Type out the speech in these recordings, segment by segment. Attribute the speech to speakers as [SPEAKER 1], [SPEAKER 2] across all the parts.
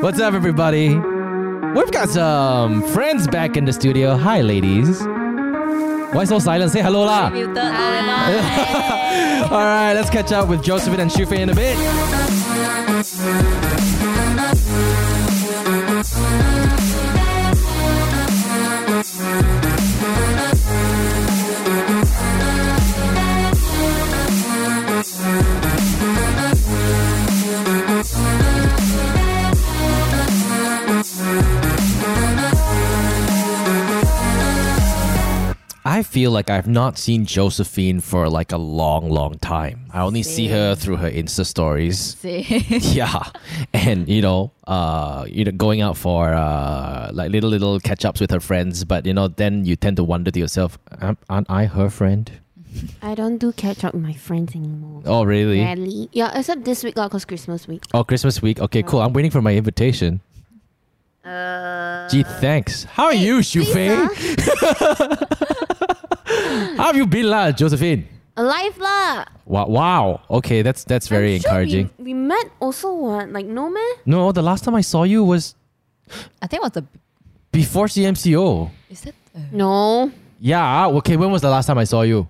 [SPEAKER 1] What's up, everybody? We've got some friends back in the studio. Hi, ladies. Why so silent? Say hello, lah.
[SPEAKER 2] Muted all
[SPEAKER 1] All right, let's catch up with Josephine and Shufe in a bit. I feel like I've not seen Josephine for like a long, long time. I only see her through her Insta stories.
[SPEAKER 2] See.
[SPEAKER 1] yeah, and you know, uh, you know, going out for uh, like little little catch ups with her friends. But you know, then you tend to wonder to yourself, "Am- aren't I her friend?
[SPEAKER 3] I don't do catch up with my friends anymore.
[SPEAKER 1] Oh, really?
[SPEAKER 3] Rarely. Yeah, except this week, because Christmas week.
[SPEAKER 1] Oh, Christmas week. Okay, cool. I'm waiting for my invitation.
[SPEAKER 2] Uh,
[SPEAKER 1] Gee, thanks. How are you, Shufei? How have you been, lah, Josephine?
[SPEAKER 3] Alive lah.
[SPEAKER 1] Wow, wow. Okay, that's that's very
[SPEAKER 3] I'm sure
[SPEAKER 1] encouraging.
[SPEAKER 3] we, we met also what? Like, no man?
[SPEAKER 1] No, the last time I saw you was
[SPEAKER 2] I think it was the.
[SPEAKER 1] before CMCO.
[SPEAKER 2] Is that?
[SPEAKER 3] No.
[SPEAKER 1] Yeah. ah, Okay. When was the last time I saw you?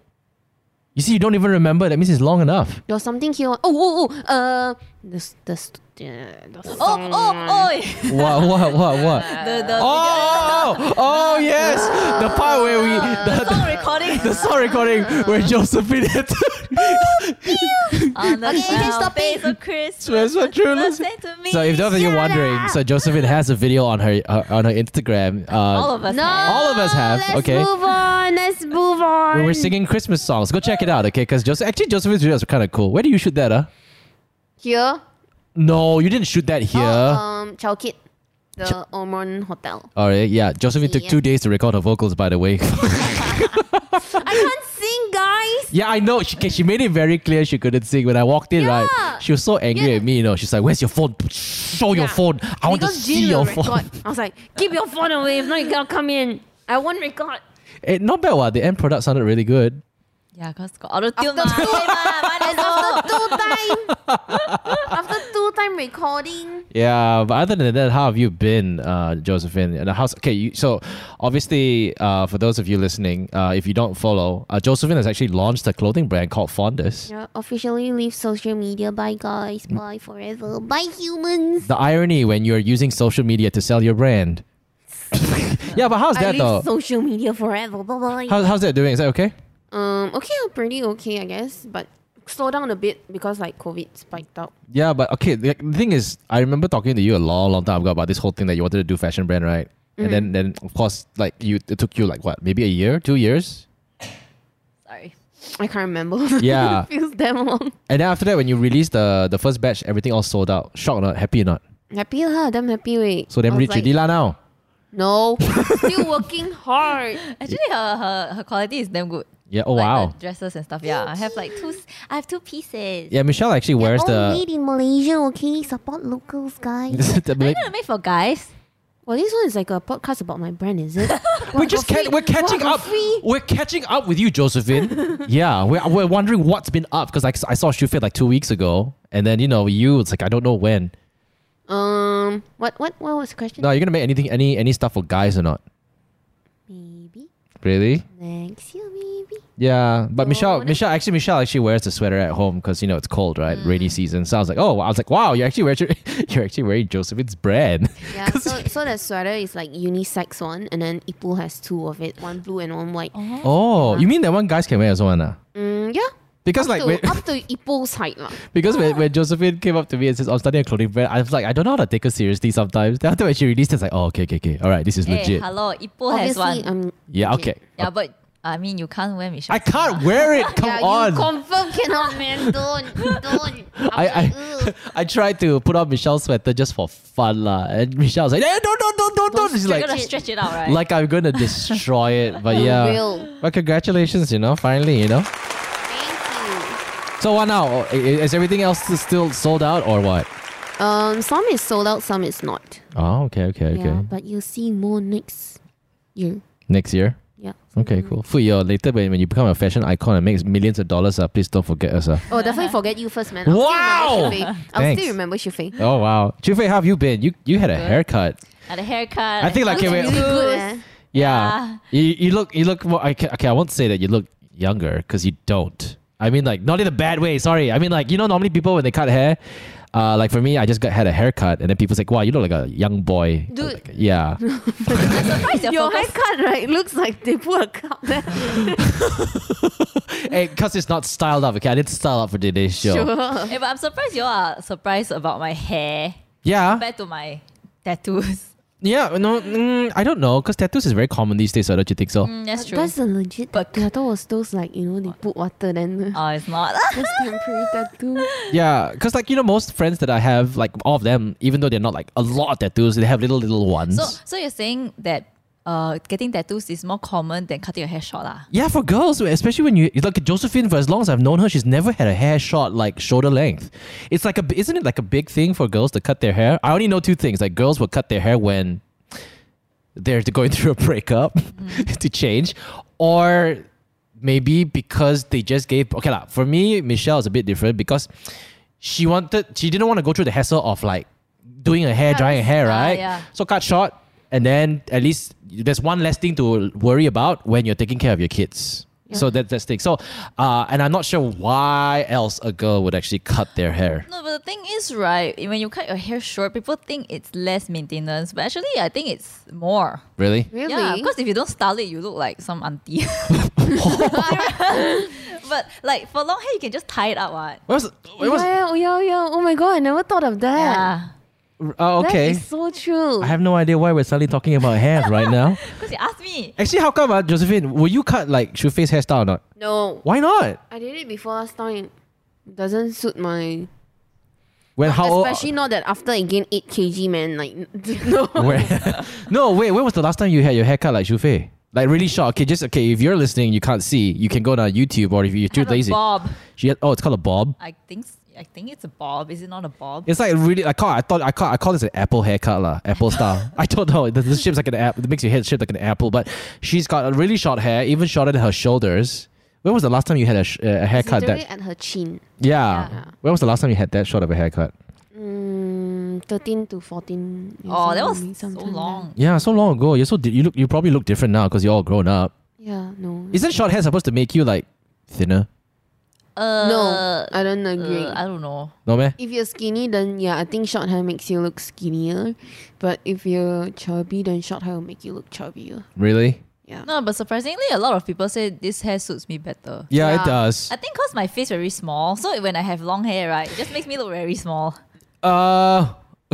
[SPEAKER 1] You see, you don't even remember. That means it's long enough.
[SPEAKER 3] There's something here. Oh, oh, oh. Uh, this, this, uh, the
[SPEAKER 2] Oh,
[SPEAKER 3] song
[SPEAKER 2] oh,
[SPEAKER 3] one.
[SPEAKER 2] oh!
[SPEAKER 1] What? What? What? What?
[SPEAKER 2] the the,
[SPEAKER 1] Oh! Oh yes, the part where we the,
[SPEAKER 2] the song recording.
[SPEAKER 1] the song recording where Josephine had
[SPEAKER 2] On the
[SPEAKER 3] Okay, you can
[SPEAKER 2] south
[SPEAKER 3] stop it.
[SPEAKER 2] face of Christmas.
[SPEAKER 1] Swear, swear, true love.
[SPEAKER 2] Listen to me.
[SPEAKER 1] So if those of you wondering, so Josephine has a video on her uh, on her Instagram. Uh,
[SPEAKER 2] all of us.
[SPEAKER 3] No.
[SPEAKER 2] have.
[SPEAKER 1] All of us have,
[SPEAKER 3] Let's
[SPEAKER 1] okay.
[SPEAKER 3] move on. Let's move on.
[SPEAKER 1] where we're singing Christmas songs. Go check it out, okay? Because Joseph, actually, Josephine's videos are kind of cool. Where do you shoot that, huh?
[SPEAKER 3] Here.
[SPEAKER 1] No, you didn't shoot that here.
[SPEAKER 3] Oh, um, Chow Kit. The Omron Hotel.
[SPEAKER 1] All right, yeah. Josephine took
[SPEAKER 3] Yeah.
[SPEAKER 1] two days to record her vocals, by the way.
[SPEAKER 3] I can't sing, guys.
[SPEAKER 1] yeah, I know. She, 'kay, she made it very clear she couldn't sing. When I walked in,
[SPEAKER 3] Yeah.
[SPEAKER 1] right, she was so angry
[SPEAKER 3] Yeah.
[SPEAKER 1] at me, you know. She's like, Where's your phone? Show your
[SPEAKER 3] Yeah.
[SPEAKER 1] phone. I want to
[SPEAKER 3] because
[SPEAKER 1] see
[SPEAKER 3] Jin
[SPEAKER 1] your
[SPEAKER 3] will
[SPEAKER 1] phone.
[SPEAKER 3] record. I was like, keep your phone away. If not, you gotta come in. I won't record.
[SPEAKER 1] Eh, not bad, what? The end product sounded really good.
[SPEAKER 2] Yeah, cause got auto tune.
[SPEAKER 3] After two-
[SPEAKER 2] After
[SPEAKER 3] after two time after two time recording
[SPEAKER 1] Yeah, but other than that, how have you been, uh, Josephine? And how's okay? You, so, obviously, uh, for those of you listening, uh, if you don't follow, uh, Josephine has actually launched a clothing brand called Fondus.
[SPEAKER 3] yeah, officially leave social media bye guys bye forever bye humans
[SPEAKER 1] The irony when you are using social media to sell your brand. yeah, but how's
[SPEAKER 3] I
[SPEAKER 1] that
[SPEAKER 3] leave
[SPEAKER 1] though?
[SPEAKER 3] social media forever bye bye
[SPEAKER 1] How, how's that doing? Is that okay?
[SPEAKER 3] um okay I'm pretty okay I guess but slow down a bit because like COVID spiked up
[SPEAKER 1] Yeah, but okay. The the thing is, I remember talking to you a long, long time ago about this whole thing that you wanted to do fashion brand, right?
[SPEAKER 3] Mm.
[SPEAKER 1] And then, then of course, like you, it took you like what, maybe a year, two years.
[SPEAKER 2] Sorry.
[SPEAKER 3] I can't remember
[SPEAKER 1] Yeah.
[SPEAKER 3] feels damn long
[SPEAKER 1] And then after that, when you released the the first batch, everything all sold out. Shocked or not? Happy or not?
[SPEAKER 3] happy lah damn happy wait
[SPEAKER 1] So them
[SPEAKER 3] I was
[SPEAKER 1] rich
[SPEAKER 3] like,
[SPEAKER 1] already lah now.
[SPEAKER 3] no still working hard
[SPEAKER 2] Actually, her, her her quality is damn good.
[SPEAKER 1] Yeah. Oh
[SPEAKER 2] like
[SPEAKER 1] wow.
[SPEAKER 2] the dresses and stuff. Yeah, I have like two. s- I have two pieces.
[SPEAKER 1] Yeah, Michelle actually wears
[SPEAKER 3] all
[SPEAKER 1] the.
[SPEAKER 3] made in Malaysia okay support locals guys
[SPEAKER 1] the
[SPEAKER 2] I'm
[SPEAKER 1] like,
[SPEAKER 2] gonna make for guys.
[SPEAKER 3] Well, this one is like a podcast about my brand, is it?
[SPEAKER 1] we just
[SPEAKER 3] free.
[SPEAKER 1] can we're catching
[SPEAKER 3] Wow,
[SPEAKER 1] up.
[SPEAKER 3] free.
[SPEAKER 1] We're catching up with you, Josephine. yeah, we're, we're wondering what's been up because like I saw Shufit like two weeks ago, and then you know you it's like I don't know when.
[SPEAKER 3] Um, what what what was the question?
[SPEAKER 1] No, you're gonna make anything any any stuff for guys or not?
[SPEAKER 3] Maybe
[SPEAKER 1] Really?
[SPEAKER 3] next year, maybe.
[SPEAKER 1] Yeah, but Michelle,
[SPEAKER 3] that-
[SPEAKER 1] Michelle actually, Michelle actually wears the sweater at home because you know it's cold, right?
[SPEAKER 3] Mm.
[SPEAKER 1] Rainy season. So I was like, oh, I was like, wow, you're actually wearing, you're actually wearing Josephine's brand.
[SPEAKER 3] Yeah. So so the sweater is like unisex one, and then Ipu has two of it, one blue and one white.
[SPEAKER 1] Oh, you mean that one guys can wear as one, ah?
[SPEAKER 3] Mm, yeah.
[SPEAKER 1] Because like
[SPEAKER 3] So
[SPEAKER 1] when,
[SPEAKER 3] up to Ipu's height lah.
[SPEAKER 1] because when, when Josephine came up to me and says "Oh, I'm starting a clothing brand, I was like, I don't know how to take her seriously sometimes. Then after when she released, it, it's like, oh, okay, okay, okay, all right, this is
[SPEAKER 2] Hey,
[SPEAKER 1] legit.
[SPEAKER 2] hello, Ipoh has
[SPEAKER 3] Obviously, um,
[SPEAKER 2] one.
[SPEAKER 3] I'm.
[SPEAKER 1] yeah, okay.
[SPEAKER 2] Yeah, but I mean, you can't wear Michelle.
[SPEAKER 1] I can't wear it. Come
[SPEAKER 3] yeah,
[SPEAKER 1] on.
[SPEAKER 3] you confirm cannot, man. Don't don't.
[SPEAKER 1] I, I, I tried to put on Michelle's sweater just for fun lah, and Michelle was like, eh, no, no, no, no, no.
[SPEAKER 3] Don't
[SPEAKER 1] She's
[SPEAKER 2] You're
[SPEAKER 1] like,
[SPEAKER 2] gonna stretch it out, right?
[SPEAKER 1] like I'm gonna destroy it. But
[SPEAKER 3] You
[SPEAKER 1] yeah,
[SPEAKER 3] will.
[SPEAKER 1] but congratulations, you know, finally, you know.
[SPEAKER 3] Thank
[SPEAKER 1] So what now? Oh, I- i- Is everything else s- still sold out or what?
[SPEAKER 3] you. Um, some is sold out, some is not.
[SPEAKER 1] Oh, okay, okay, okay.
[SPEAKER 3] Yeah, but you'll see more next year.
[SPEAKER 1] Next year.
[SPEAKER 3] Yeah.
[SPEAKER 1] Okay, cool. For your later when when you become a fashion icon and makes millions of dollars, uh, please don't forget us. Uh.
[SPEAKER 3] Oh, definitely
[SPEAKER 2] Uh-huh.
[SPEAKER 3] forget you first, man.
[SPEAKER 1] Wow!
[SPEAKER 3] I'll still remember Shufei. I'll
[SPEAKER 1] Thanks.
[SPEAKER 3] still remember Shufei.
[SPEAKER 1] Oh wow, Jufei, how have you been? You you had a
[SPEAKER 2] Good.
[SPEAKER 1] haircut.
[SPEAKER 2] At a haircut.
[SPEAKER 1] I think like- Okay,
[SPEAKER 3] Looks
[SPEAKER 1] wait.
[SPEAKER 3] really good. eh?
[SPEAKER 1] Yeah, you you look you look more. I ca okay, I won't say that you look younger because you don't. I mean, like not in a bad way. Sorry. I mean, like you know, normally people when they cut hair, uh, like for me, I just got had a haircut, and then people say, "Wow, you look like a young boy."
[SPEAKER 3] Dude.
[SPEAKER 1] Like, yeah.
[SPEAKER 2] surprised your
[SPEAKER 3] eh? Your
[SPEAKER 2] focus-
[SPEAKER 3] haircut, right? Looks like they put a cup there.
[SPEAKER 1] Because it's not styled up. Okay, I did style up for today's show.
[SPEAKER 3] Sure.
[SPEAKER 2] Eh, but I'm surprised you are surprised about my hair
[SPEAKER 1] Yeah.
[SPEAKER 2] compared to my tattoos.
[SPEAKER 1] Yeah. No, mm, I don't know. Because tattoos is very common these days. So don't you think so?
[SPEAKER 2] Mm, that's true.
[SPEAKER 3] That's a legit
[SPEAKER 2] But-
[SPEAKER 3] tattoo. I thought it was those like, you know, they put water then.
[SPEAKER 2] oh, it's not.
[SPEAKER 3] That's temporary tattoo.
[SPEAKER 1] Yeah. Because like you know, most friends that I have, like all of them, even though they're not like a lot of tattoos, they have little little ones.
[SPEAKER 2] so, so you're saying that uh, getting tattoos is more common than cutting your hair short, ah? lah?
[SPEAKER 1] Yeah, for girls, especially when you look at Josephine. For as long as I've known her, she's never had a hair short like shoulder length. It's like a isn't it like a big thing for girls to cut their hair? I only know two things: like girls will cut their hair when they're going through a breakup
[SPEAKER 2] Mm-hmm.
[SPEAKER 1] to change, or maybe because they just gave. Okay, lah. For me, Michelle is a bit different because she wanted she didn't want to go through the hassle of like doing her hair, drying her hair,
[SPEAKER 2] Ah,
[SPEAKER 1] right?
[SPEAKER 2] yeah.
[SPEAKER 1] So cut short, and then at least there's one less thing to worry about when you're taking care of your kids. So that, that's the thing. So, uh, and I'm not sure why else a girl would actually cut their hair.
[SPEAKER 2] No, but the thing is, right, when you cut your hair short, people think it's less maintenance, but actually, I think it's more.
[SPEAKER 1] Really?
[SPEAKER 3] Really?
[SPEAKER 2] Yeah, because if you don't style it, you look like some auntie. but like for long hair, you can just tie it up, what?
[SPEAKER 1] What was, what was,
[SPEAKER 3] yeah, oh, yeah, yeah. Oh my god, I never thought of that.
[SPEAKER 2] Yeah,
[SPEAKER 1] uh, okay.
[SPEAKER 3] That is so true.
[SPEAKER 1] I have no idea why we're suddenly talking about hair right now.
[SPEAKER 2] because you asked me.
[SPEAKER 1] Actually, how come, uh, Josephine, will you cut like Shufei's hairstyle or not?
[SPEAKER 3] no.
[SPEAKER 1] Why not?
[SPEAKER 3] I did it before last time. Doesn't suit my.
[SPEAKER 1] When how old-
[SPEAKER 3] Especially not that after I gained 8 kg, man. Like, no.
[SPEAKER 1] Where- no, wait. When was the last time you had your haircut like Shufei? Like really short. Okay, just okay. If you're listening, you can't see. You can go on uh, YouTube, or if you're too
[SPEAKER 2] Have a
[SPEAKER 1] lazy,
[SPEAKER 2] bob.
[SPEAKER 1] she had, oh, it's called a bob.
[SPEAKER 2] I think s- I think it's a bob. Is it not a bob?
[SPEAKER 1] It's like really. I call. I thought. I call. I call this an apple haircut lah. Apple style. I don't know. This- This shape's like an apple. It makes your head shape like an apple. But she's got a really short hair, even shorter than her shoulders. When was the last time you had a, sh- a haircut that?
[SPEAKER 3] Literally at her chin.
[SPEAKER 1] Yeah.
[SPEAKER 3] Yeah.
[SPEAKER 1] When was the last time you had that short of a haircut?
[SPEAKER 3] Mm, 13 to 14. years
[SPEAKER 2] oh, that
[SPEAKER 3] old,
[SPEAKER 2] was
[SPEAKER 3] maybe
[SPEAKER 2] so
[SPEAKER 3] sometime
[SPEAKER 2] long.
[SPEAKER 1] Yeah, so long ago. You're so. Di- you look. You probably look different now because you're all grown up.
[SPEAKER 3] there. Yeah, no.
[SPEAKER 1] Isn't short hair supposed to make you like thinner?
[SPEAKER 2] Uh,
[SPEAKER 3] no, I don't
[SPEAKER 2] uh,
[SPEAKER 3] agree.
[SPEAKER 2] I don't know.
[SPEAKER 1] No man.
[SPEAKER 3] if you're skinny, then yeah, I think short hair makes you look skinnier. But if you're chubby, then short hair will make you look chubbier.
[SPEAKER 1] Really?
[SPEAKER 3] Yeah.
[SPEAKER 2] No, but surprisingly, a lot of people say this hair suits me better.
[SPEAKER 1] Yeah,
[SPEAKER 3] Yeah.
[SPEAKER 1] it does.
[SPEAKER 2] I think because my face very small, so when I have long hair, right, it just makes me look very small.
[SPEAKER 1] Uh,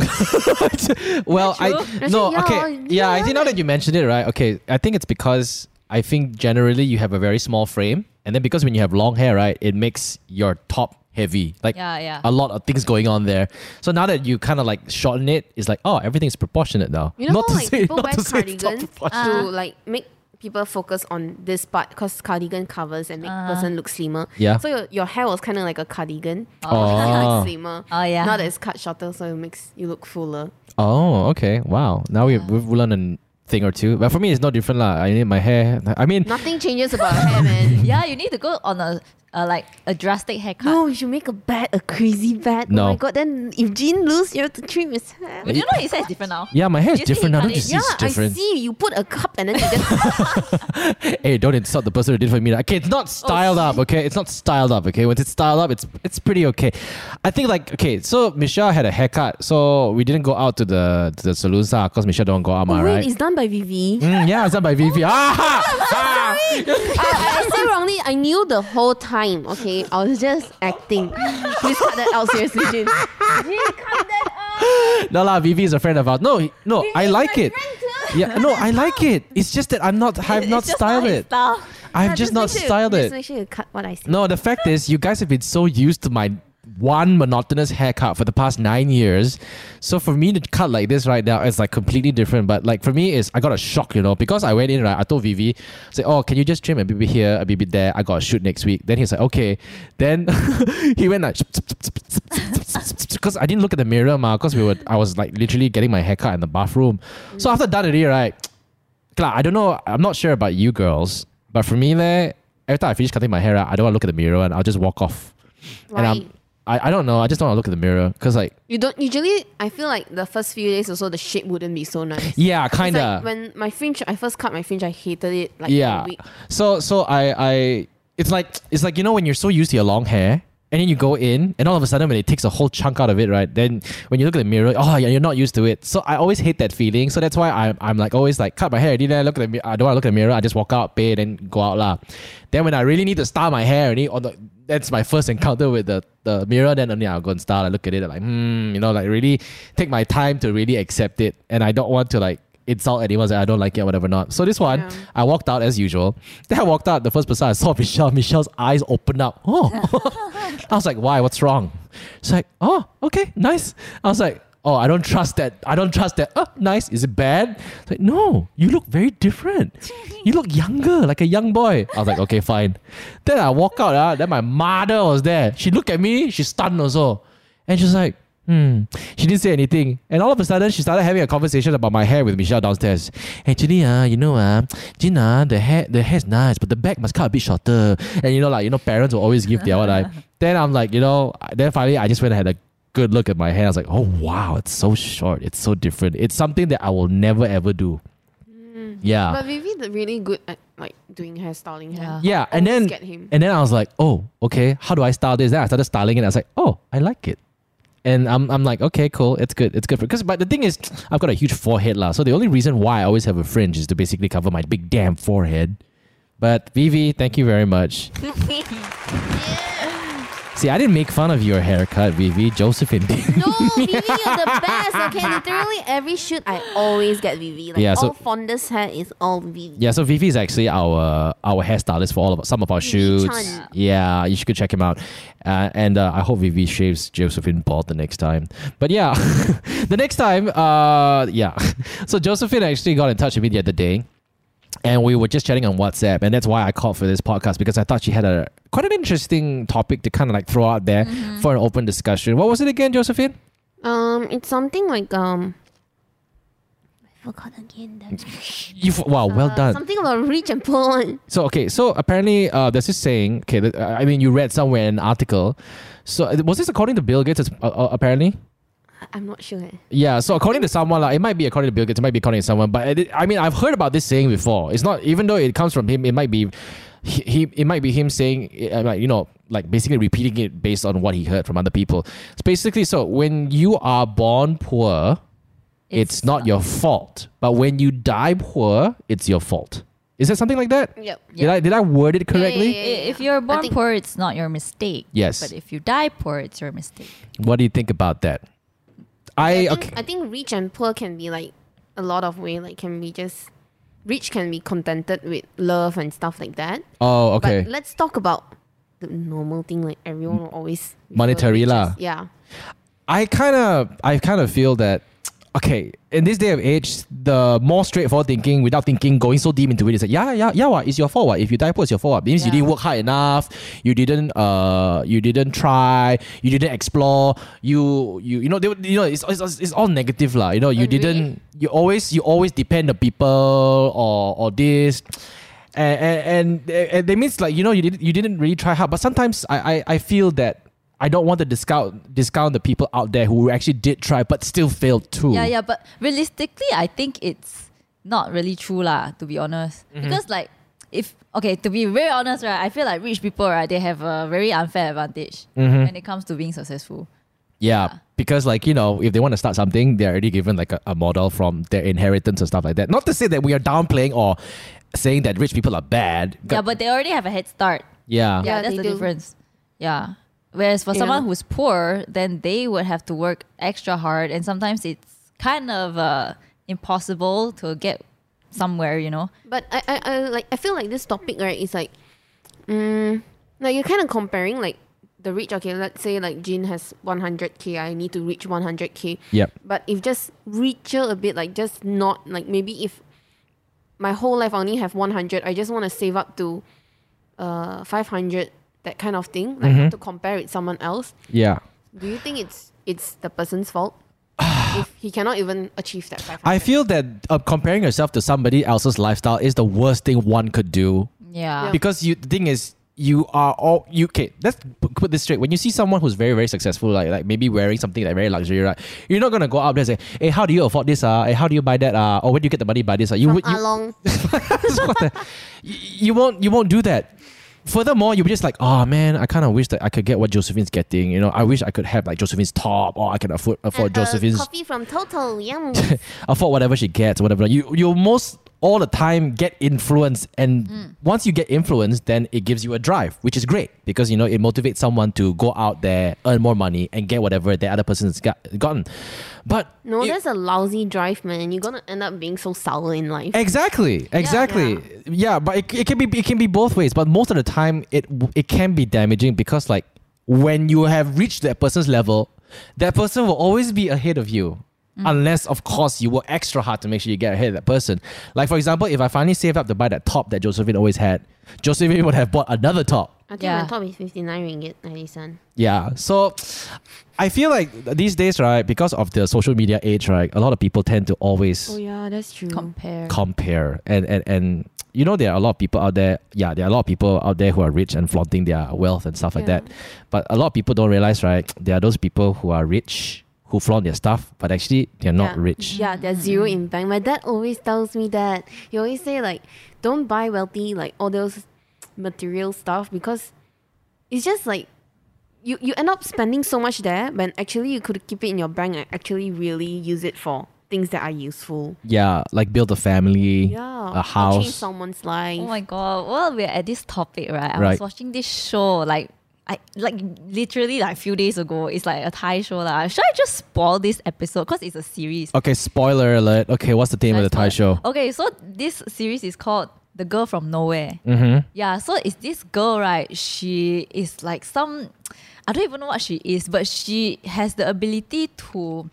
[SPEAKER 1] well, I
[SPEAKER 2] true?
[SPEAKER 1] no
[SPEAKER 3] Actually, yeah,
[SPEAKER 1] okay
[SPEAKER 3] you
[SPEAKER 1] yeah.
[SPEAKER 3] know,
[SPEAKER 1] I think now that you mentioned it, right? Okay, I think it's because I think generally you have a very small frame, and then because when you have long hair, right, it makes your top heavy, like
[SPEAKER 2] Yeah, yeah.
[SPEAKER 1] a lot of things going on there. So now that you kind of like shorten it, it's like oh, everything's proportionate now.
[SPEAKER 3] You know
[SPEAKER 1] not
[SPEAKER 3] how
[SPEAKER 1] to
[SPEAKER 3] like
[SPEAKER 1] say,
[SPEAKER 3] people
[SPEAKER 1] not
[SPEAKER 3] wear
[SPEAKER 1] to say it's not
[SPEAKER 3] cardigans Uh.
[SPEAKER 1] proportionate.
[SPEAKER 3] to like make people focus on this part because cardigan covers and make person look slimmer.
[SPEAKER 1] Yeah.
[SPEAKER 3] So your, your hair was kind of like a cardigan.
[SPEAKER 2] Uh,
[SPEAKER 1] Oh.
[SPEAKER 3] Kinda
[SPEAKER 1] Oh.
[SPEAKER 3] like slimmer.
[SPEAKER 2] Oh, yeah.
[SPEAKER 3] Now that it's cut shorter, so it makes you look fuller.
[SPEAKER 1] Oh, okay, wow. Now we we've learned a thing or two, but for me it's no different lah. I need my hair. I mean,
[SPEAKER 3] Nothing changes about hair, man.
[SPEAKER 2] Yeah, you need to go on a uh, like a drastic haircut.
[SPEAKER 3] No, you should make a bet, a crazy bet.
[SPEAKER 1] No.
[SPEAKER 3] Oh my god, then if Jean lose, you have to trim his hair.
[SPEAKER 2] But you know his hair is different now.
[SPEAKER 1] yeah, my hair is
[SPEAKER 2] You think
[SPEAKER 1] different
[SPEAKER 2] you
[SPEAKER 1] now.
[SPEAKER 2] cut
[SPEAKER 1] Don't you
[SPEAKER 2] it?
[SPEAKER 1] see
[SPEAKER 3] Yeah,
[SPEAKER 1] it's
[SPEAKER 3] Ah, I
[SPEAKER 1] different?
[SPEAKER 3] see. You put a cup and then you just
[SPEAKER 1] Hey, don't insult the person who did it for me. Okay, it's not styled up. Okay, it's not styled up. Okay, once it's styled up, it's it's pretty okay. I think like okay, so Michelle had a haircut, so we didn't go out to the to the saloon because Michelle don't go out,
[SPEAKER 3] Oh,
[SPEAKER 1] ma,
[SPEAKER 3] wait,
[SPEAKER 1] right?
[SPEAKER 3] it's done by Vivi.
[SPEAKER 1] Mm, yeah, it's done by Vivi. Ah, ah.
[SPEAKER 3] I, I said wrongly. I knew the whole time. Okay, I was just acting. Please cut that out seriously, Jin.
[SPEAKER 1] No lah, Vivi is a friend of ours. No, no, I like it. Yeah, no, I like it. It's just that I'm not. I've
[SPEAKER 2] It's
[SPEAKER 1] not
[SPEAKER 2] just
[SPEAKER 1] styled
[SPEAKER 2] his
[SPEAKER 1] it.
[SPEAKER 2] Style.
[SPEAKER 1] I've just not styled
[SPEAKER 3] just
[SPEAKER 1] it.
[SPEAKER 3] Make sure you cut what I said.
[SPEAKER 1] No, the fact is, you guys have been so used to my one monotonous haircut for the past nine years. So for me to cut like this right now is like completely different. But like for me, is I got a shock, you know, because I went in right. I told Vivi, say, oh, can you just trim a baby here, a baby there? I got a shoot next week. Then he's like, okay. Then he went like. Because I didn't look at the mirror, ma. Because we were, I was like literally getting my haircut in the bathroom. So after that, already, right? like, I don't know. I'm not sure about you girls, but for me, leh, every time I finish cutting my hair out, I don't want to look at the mirror and I'll just walk off. And
[SPEAKER 3] Why?
[SPEAKER 1] I'm, I, I don't know. I just don't want to look at the mirror because, like,
[SPEAKER 3] You don't usually. I feel like the first few days also the shape wouldn't be so nice.
[SPEAKER 1] yeah,
[SPEAKER 3] It's
[SPEAKER 1] kind
[SPEAKER 3] like
[SPEAKER 1] of.
[SPEAKER 3] when my fringe, I first cut my fringe, I hated it. Like
[SPEAKER 1] yeah.
[SPEAKER 3] a week.
[SPEAKER 1] So so I I it's like it's like you know when you're so used to your long hair and then you go in and all of a sudden when it takes a whole chunk out of it right then when you look at the mirror oh yeah you're not used to it so I always hate that feeling so that's why I'm, I'm like always like cut my hair did I look at the mi- I don't want to look at the mirror I just walk out pay and go out lah then when I really need to style my hair and or the, that's my first encounter with the, the mirror then only I'll go and style I look at it I'm like hmm you know like really take my time to really accept it and I don't want to like insult anyone say I don't like it or whatever not so this one
[SPEAKER 3] Yeah.
[SPEAKER 1] I walked out as usual. Then I walked out. The first person I saw Michelle. Michelle's eyes opened up. Oh, I was like, why? What's wrong? She's like, oh, okay, nice. I was like, oh, I don't trust that. I don't trust that. Oh, nice. Is it bad? It's like, no. You look very different. You look younger, like a young boy. I was like, okay, fine. Then I walk out. ah, then my mother was there. She looked at me. She stunned also, and she's like. Hmm. She didn't say anything. And all of a sudden, she started having a conversation about my hair with Michelle downstairs. Actually, uh, you know, uh, Gina, the hair the hair's nice, but the back must cut a bit shorter. And you know, like, you know, parents will always give their what I. Then I'm like, you know, then finally I just went and had a good look at my hair. I was like, oh, wow, it's so short. It's so different. It's something that I will never, ever do. Yeah.
[SPEAKER 3] But Vivi the really good at like doing hair styling hair.
[SPEAKER 2] Yeah.
[SPEAKER 1] Yeah, and
[SPEAKER 3] Always
[SPEAKER 1] then
[SPEAKER 3] get him.
[SPEAKER 1] and then I was like, oh, okay, how do I style this? Then I started styling it. I was like, oh, I like it. And I'm, I'm like, okay, cool, it's good, it's good for because. But the thing is, I've got a huge forehead lah. So the only reason why I always have a fringe is to basically cover my big damn forehead. But Vivi, thank you very much. See, I didn't make fun of your haircut, Vivi. Josephine did.
[SPEAKER 4] No, Vivi, you're the best. Okay, literally every shoot I always get Vivi. Like
[SPEAKER 1] Yeah, so-
[SPEAKER 4] all fondest hair is all Vivi.
[SPEAKER 1] Yeah, so Vivi is actually our our hairstylist for all of some of our
[SPEAKER 4] Vivi
[SPEAKER 1] shoots.
[SPEAKER 4] Chan.
[SPEAKER 1] Yeah, you should go check him out. Uh, and uh, I hope Vivi shaves Josephine bald the next time. But yeah, the next time, uh, yeah. So Josephine actually got in touch with me the other day, and we were just chatting on WhatsApp, and that's why I called for this podcast because I thought she had a quite an interesting topic to kind of like throw out there for an open discussion. What was it again, Josephine?
[SPEAKER 3] Um, it's something like um,
[SPEAKER 4] I forgot again. the-
[SPEAKER 1] You f- wow, well
[SPEAKER 3] uh,
[SPEAKER 1] done.
[SPEAKER 3] something about rich and poor. one.
[SPEAKER 1] So okay, so apparently uh, there's this saying. Okay, that, uh, I mean you read somewhere in an article. So uh, was this according to Bill Gates? Uh, uh, apparently,
[SPEAKER 3] I- I'm not sure. eh.
[SPEAKER 1] yeah. So according to someone, like, it might be according to Bill Gates, it might be according to someone. But it, I mean, I've heard about this saying before. It's not even though it comes from him. It might be he. he it might be him saying uh, like you know like basically repeating it based on what he heard from other people. It's basically so when you are born poor, it's, not, your fault. But when you die poor, it's your fault. Is that something like that?
[SPEAKER 3] Yep.
[SPEAKER 1] Did I did I word it correctly?
[SPEAKER 3] Yeah,
[SPEAKER 2] I-
[SPEAKER 3] yeah, yeah.
[SPEAKER 2] If you're born
[SPEAKER 3] think-
[SPEAKER 2] poor, it's not your mistake.
[SPEAKER 1] Yes.
[SPEAKER 2] But if you die poor, it's your mistake.
[SPEAKER 1] What do you think about that? I
[SPEAKER 3] I think,
[SPEAKER 1] okay.
[SPEAKER 3] I think rich and poor can be like a lot of way. Like can be just rich can be contented with love and stuff like that.
[SPEAKER 1] Oh, okay.
[SPEAKER 3] But let's talk about the normal thing. Like everyone will always refer
[SPEAKER 1] Monetary
[SPEAKER 3] riches-
[SPEAKER 1] lah.
[SPEAKER 3] Yeah.
[SPEAKER 1] I kind of, I kind of feel that. Okay, in this day of age, the more straightforward thinking, without thinking, going so deep into it, is like, yeah, yeah, yeah, what? It's your fault. What? If you die poor, it's your fault. What? Means you
[SPEAKER 2] Yeah.
[SPEAKER 1] didn't work hard enough. You didn't, uh, you didn't try. You didn't explore. You, you, you know, they, would- you know, it's, it's, it's all negative, lah. You know, you
[SPEAKER 3] Agree.
[SPEAKER 1] didn't. You always, you always depend on people or or this. and and, and, and that means like you know you didn't you didn't really try hard. But sometimes I, I I feel that I don't want to discount discount the people out there who actually did try but still failed too.
[SPEAKER 2] Yeah, yeah. But realistically, I think it's not really true, lah. To be honest, because like if okay, to be very honest, right, I feel like rich people, right, they have a very unfair advantage when it comes to being successful.
[SPEAKER 1] Yeah, Because like you know, if they want to start something, they're already given like a, a model from their inheritance and stuff like that. Not to say that we are downplaying or saying that rich people are bad.
[SPEAKER 2] Yeah, but they already have a head start.
[SPEAKER 1] yeah.
[SPEAKER 2] Yeah,
[SPEAKER 3] Yeah,
[SPEAKER 2] that's
[SPEAKER 3] they
[SPEAKER 2] the
[SPEAKER 3] do.
[SPEAKER 2] difference. Yeah. Whereas for
[SPEAKER 3] Yeah.
[SPEAKER 2] someone who's poor, then they would have to work extra hard, and sometimes it's kind of uh, impossible to get somewhere. You know.
[SPEAKER 3] But I, I, I like I feel like this topic right is like, mm, like you're kind of comparing like the rich. Okay, let's say like Jin has 100k. I need to reach 100k.
[SPEAKER 1] Yep.
[SPEAKER 3] But if just richer a bit, like just not like maybe if my whole life I only have 100, I just want to save up to, uh, 500. That kind of thing, like to compare with someone else.
[SPEAKER 1] Yeah.
[SPEAKER 3] Do you think it's it's the person's fault? if he cannot even achieve that 500.
[SPEAKER 1] I feel that uh, comparing yourself to somebody else's lifestyle is the worst thing one could do
[SPEAKER 2] Yeah.
[SPEAKER 1] because you the thing is you are all you okay let's p- put this straight when you see someone who's very very successful like like maybe wearing something like very luxury right you're not gonna go up there and say hey how do you afford this uh hey, how do you buy that uh or where do you get the money to buy this uh? you
[SPEAKER 4] From
[SPEAKER 1] would you,
[SPEAKER 4] Along.
[SPEAKER 1] What the- you, you won't you won't do that furthermore you'll be just like oh man i kind of wish that i could get what josephine's getting you know i wish i could have like josephine's top or i can afford afford
[SPEAKER 4] And, uh,
[SPEAKER 1] josephine's
[SPEAKER 4] Coffee from Total. Yum.
[SPEAKER 1] afford whatever she gets, whatever. You you most all the time get influence, and once you get influence, then it gives you a drive, which is great because you know it motivates someone to go out there, earn more money, and get whatever the other person's got, gotten. But
[SPEAKER 4] No,
[SPEAKER 1] it-
[SPEAKER 4] that's a lousy drive, man. You're gonna end up being so sour in life.
[SPEAKER 1] Exactly, exactly. Yeah, but it, it can be it can be both ways. But most of the time, it it can be damaging because like when you have reached that person's level, that person will always be ahead of you. Unless of course you work extra hard to make sure you get ahead of that person. Like for example, if I finally saved up to buy that top that Josephine always had, Josephine would have bought another top.
[SPEAKER 4] I think
[SPEAKER 2] Yeah.
[SPEAKER 4] my top is 59 ringgit, 90 cent.
[SPEAKER 1] Yeah. So I feel like these days, right, because of the social media age, right, a lot of people tend to always
[SPEAKER 3] Oh yeah, that's true.
[SPEAKER 2] Compare.
[SPEAKER 1] compare and and and you know there are a lot of people out there yeah there are a lot of people out there who are rich and flaunting their wealth and stuff like
[SPEAKER 3] Yeah.
[SPEAKER 1] that but a lot of people don't realize right there are those people who are rich who flaunt their stuff but actually they're not
[SPEAKER 3] Yeah.
[SPEAKER 1] rich
[SPEAKER 3] Yeah, there's
[SPEAKER 4] Zero in bank. My dad always tells me that. He always say like, don't buy wealthy like all those material stuff because it's just like you you end up spending so much there when actually you could keep it in your bank and actually really use it for things that are useful.
[SPEAKER 1] yeah like build a family
[SPEAKER 3] Yeah,
[SPEAKER 1] a
[SPEAKER 3] or
[SPEAKER 4] I'll change
[SPEAKER 1] house
[SPEAKER 4] someone's life.
[SPEAKER 2] Oh my god! Well, we're at this topic, right? I
[SPEAKER 1] Right.
[SPEAKER 2] was watching this show, like, I like literally like a few days ago. It's like a Thai show, lah. Should I just spoil this episode because it's a series?
[SPEAKER 1] okay spoiler alert okay what's the theme of the Oh, thai
[SPEAKER 2] That's
[SPEAKER 1] show
[SPEAKER 2] what- Okay, so this series is called The Girl from Nowhere.
[SPEAKER 1] mm-hmm.
[SPEAKER 2] Yeah, so it's this girl, right? She is like some, I don't even know what she is, but she has the ability to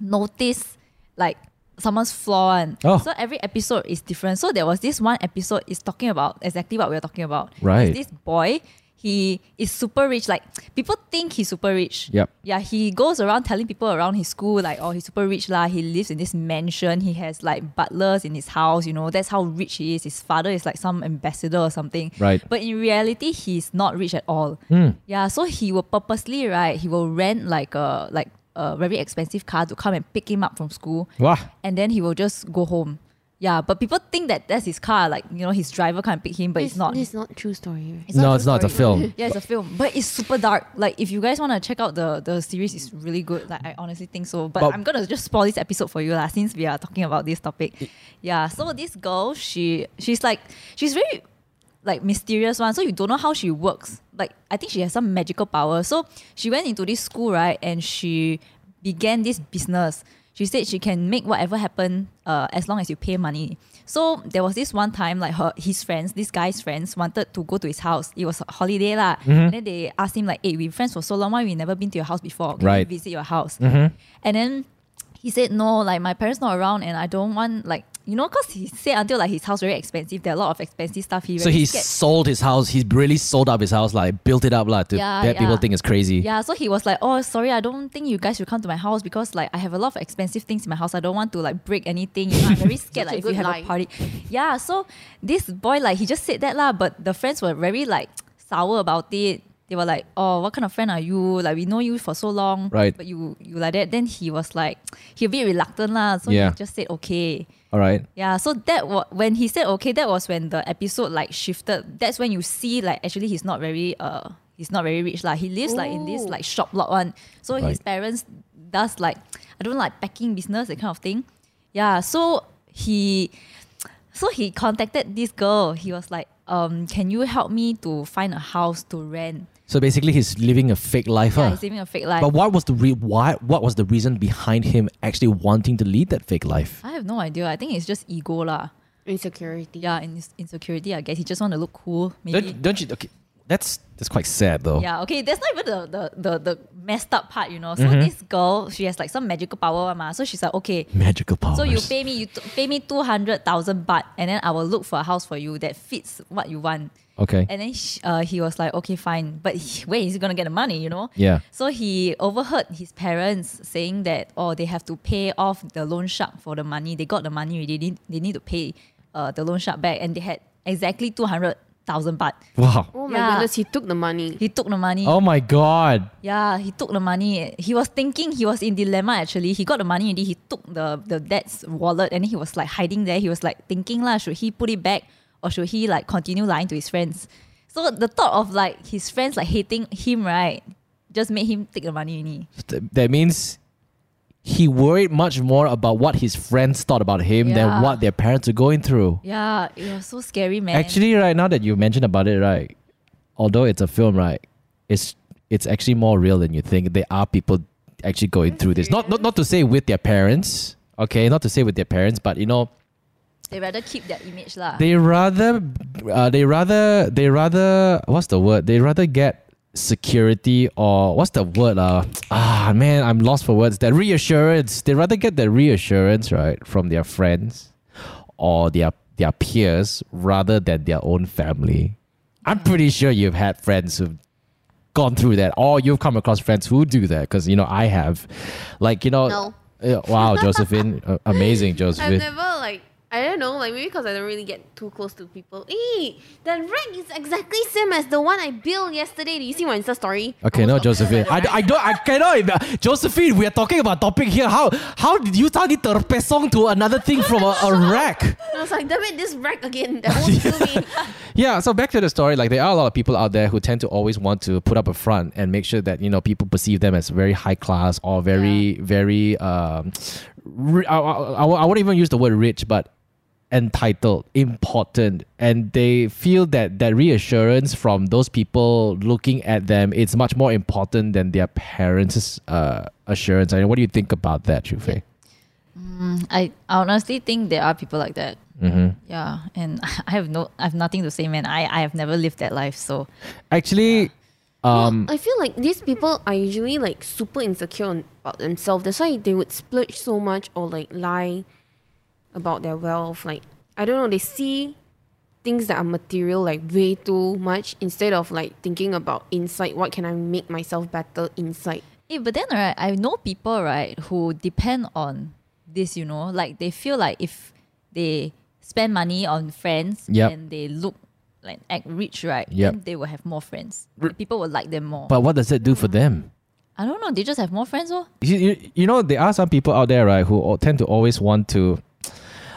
[SPEAKER 2] notice like someone's flaw. And
[SPEAKER 1] Oh.
[SPEAKER 2] So every episode is different. So there was this one episode is talking about exactly what we are talking about.
[SPEAKER 1] Right.
[SPEAKER 2] It's this boy. He is super rich. Like people think he's super rich.
[SPEAKER 1] Yep.
[SPEAKER 2] Yeah, he goes around telling people around his school like, oh, he's super rich lah. He lives in this mansion. He has like butlers in his house. You know, that's how rich he is. His father is like some ambassador or something.
[SPEAKER 1] Right.
[SPEAKER 2] But in reality, he's not rich at all. Yeah, so he will purposely right. He will rent like a like a very expensive car to come and pick him up from school
[SPEAKER 1] wow
[SPEAKER 2] and then he will just go home. Yeah, but people think that that's his car. Like you know, his driver can't pick him, but
[SPEAKER 4] This,
[SPEAKER 2] it's not.
[SPEAKER 4] This is not true story.
[SPEAKER 1] no
[SPEAKER 2] a true
[SPEAKER 1] it's not it's a
[SPEAKER 2] story.
[SPEAKER 1] film
[SPEAKER 2] Yeah, it's a film, but it's super dark. Like if you guys want to check out the the series, it's really good. Like I honestly think so. But,
[SPEAKER 1] But-
[SPEAKER 2] I'm gonna just spoil this episode for you lah, since we are talking about this topic. yeah. So this girl, she she's like she's very like mysterious one. So you don't know how she works. Like I think she has some magical power. So she went into this school right, and she began this business. She said she can make whatever happen uh, as long as you pay money. So there was this one time, like her his friends, this guy's friends wanted to go to his house. It was a holiday lah. And then they asked him like, "Hey, we friends for so long. Why we never been to your house before? Can
[SPEAKER 1] Right.
[SPEAKER 2] we visit your house?" And then he said no, like my parents not around, and I don't want like you know, cause he said until like his house very expensive. There are a lot of expensive stuff. He
[SPEAKER 1] so
[SPEAKER 2] very
[SPEAKER 1] he
[SPEAKER 2] scared.
[SPEAKER 1] sold his house he really sold up his house like built it up like to
[SPEAKER 2] Yeah,
[SPEAKER 1] that people
[SPEAKER 2] yeah.
[SPEAKER 1] think it's crazy
[SPEAKER 2] Yeah, so he was like, "Oh, sorry, I don't think you guys should come to my house because like I have a lot of expensive things in my house. I don't want to like break anything. You know, I'm very scared like if
[SPEAKER 4] Such a
[SPEAKER 2] you
[SPEAKER 4] good
[SPEAKER 2] have a
[SPEAKER 4] lie.
[SPEAKER 2] party." Yeah, so this boy like he just said that lah, but the friends were very like sour about it. They were like, "Oh, what kind of friend are you? Like we know you for so long,
[SPEAKER 1] Right.
[SPEAKER 2] But you you like that." Then he was like, he a bit reluctant lah, so
[SPEAKER 1] Yeah.
[SPEAKER 2] he just said okay.
[SPEAKER 1] all right
[SPEAKER 2] Yeah, so that was when he said okay. That was when the episode like shifted. That's when you see like actually he's not very uh he's not very rich like he lives like in this
[SPEAKER 3] Oh.
[SPEAKER 2] like shop lot one. So his
[SPEAKER 1] Right.
[SPEAKER 2] parents does like I don't know, like packing business that kind of thing. Yeah, so he so he contacted this girl. He was like, um, can you help me to find a house to rent?
[SPEAKER 1] so basically he's living a fake life ah.
[SPEAKER 2] Yeah,
[SPEAKER 1] huh?
[SPEAKER 2] he's living a fake life.
[SPEAKER 1] But what was the re- why? What was the reason behind him actually wanting to lead that fake life?
[SPEAKER 2] I have no idea. I think it's just ego lah.
[SPEAKER 3] Insecurity.
[SPEAKER 2] Yeah, in insecurity. I guess he just want to look cool. Maybe.
[SPEAKER 1] Don't, don't you? Okay, That's that's quite sad though.
[SPEAKER 2] Yeah, okay, that's not even the, the, the, the messed up part, you know. So
[SPEAKER 1] Mm-hmm.
[SPEAKER 2] this girl, she has like some magical power, one, ma. So she's like, okay,
[SPEAKER 1] Magical powers.
[SPEAKER 2] so you pay me, you t- pay me 200,000 baht and then I will look for a house for you that fits what you want.
[SPEAKER 1] Okay.
[SPEAKER 2] And then sh uh, he was like, okay, fine. But he, where is he going to get the money, you know?
[SPEAKER 1] Yeah.
[SPEAKER 2] So he overheard his parents saying that, oh, they have to pay off the loan shark for the money. They got the money already. They need, they need to pay uh, the loan shark back. And they had exactly 200,000 baht.
[SPEAKER 1] Wow.
[SPEAKER 4] Oh my
[SPEAKER 2] Yeah.
[SPEAKER 4] goodness, he took the money.
[SPEAKER 2] He took the money.
[SPEAKER 1] Oh my god.
[SPEAKER 2] Yeah, he took the money. He was thinking, he was in dilemma actually. He got the money and he took the, the dad's wallet and he was like hiding there. He was like thinking, lah, should he put it back or should he like continue lying to his friends? So the thought of like his friends like hating him, right? Just made him take the money. only.
[SPEAKER 1] Th- that means he worried much more about what his friends thought about him
[SPEAKER 2] Yeah.
[SPEAKER 1] than what their parents are going through.
[SPEAKER 2] Yeah, it was so scary, man.
[SPEAKER 1] Actually, right now that you mentioned about it, right? Although it's a film, right? It's it's actually more real than you think. There are people actually going through this. Not not not to say with their parents, okay? Not to say with their parents, but you know,
[SPEAKER 2] they rather keep that image, lah.
[SPEAKER 1] they rather uh, they rather they rather what's the word? They rather get security or what's the word? Uh, ah man, I'm lost for words. That reassurance. They rather get that reassurance, right, from their friends or their their peers rather than their own family. I'm pretty sure you've had friends who've gone through that or you've come across friends who do that because you know I have. Like, you know
[SPEAKER 4] No.
[SPEAKER 1] Uh, Wow, Josephine. uh, amazing, Josephine.
[SPEAKER 4] I've never like I don't know, like maybe because I don't really get too close to people. Eee, that rack is exactly same as the one I built yesterday. Did you see my Insta story?
[SPEAKER 1] Okay, no, Josephine. I, I don't. I cannot. ima- Josephine, we are talking about topic here. How how did you target terpesong to another thing from a, a rack?
[SPEAKER 4] I was like, damn it, this rack again. That won't kill me.
[SPEAKER 1] Yeah. So back to the story. Like there are a lot of people out there who tend to always want to put up a front and make sure that you know people perceive them as very high class or very very. Um, ri- I, I, I I won't even use the word rich, but entitled, important, and they feel that that reassurance from those people looking at them it's much more important than their parents' uh, assurance. I mean, what do you think about that, Chufei?
[SPEAKER 2] I honestly think there are people like that. Mm-hmm. Yeah, and I have no, I have nothing to say, man. I, I have never lived that life, so
[SPEAKER 1] Actually, um,
[SPEAKER 4] I feel like these people are usually like super insecure on- about themselves. That's why they would splurge so much or like lie about their wealth. Like I don't know, they see things that are material like way too much instead of like thinking about inside what can I make myself better inside.
[SPEAKER 2] Eh, but then right, I know people right who depend on this, you know, like they feel like if they spend money on friends
[SPEAKER 1] Yep.
[SPEAKER 2] and they look like act rich, right,
[SPEAKER 1] Yep.
[SPEAKER 2] then they will have more friends. People will like them more.
[SPEAKER 1] but what does that do for them?
[SPEAKER 2] I don't know, they just have more friends, oh.
[SPEAKER 1] you, you, you know there are some people out there right who al- tend to always want to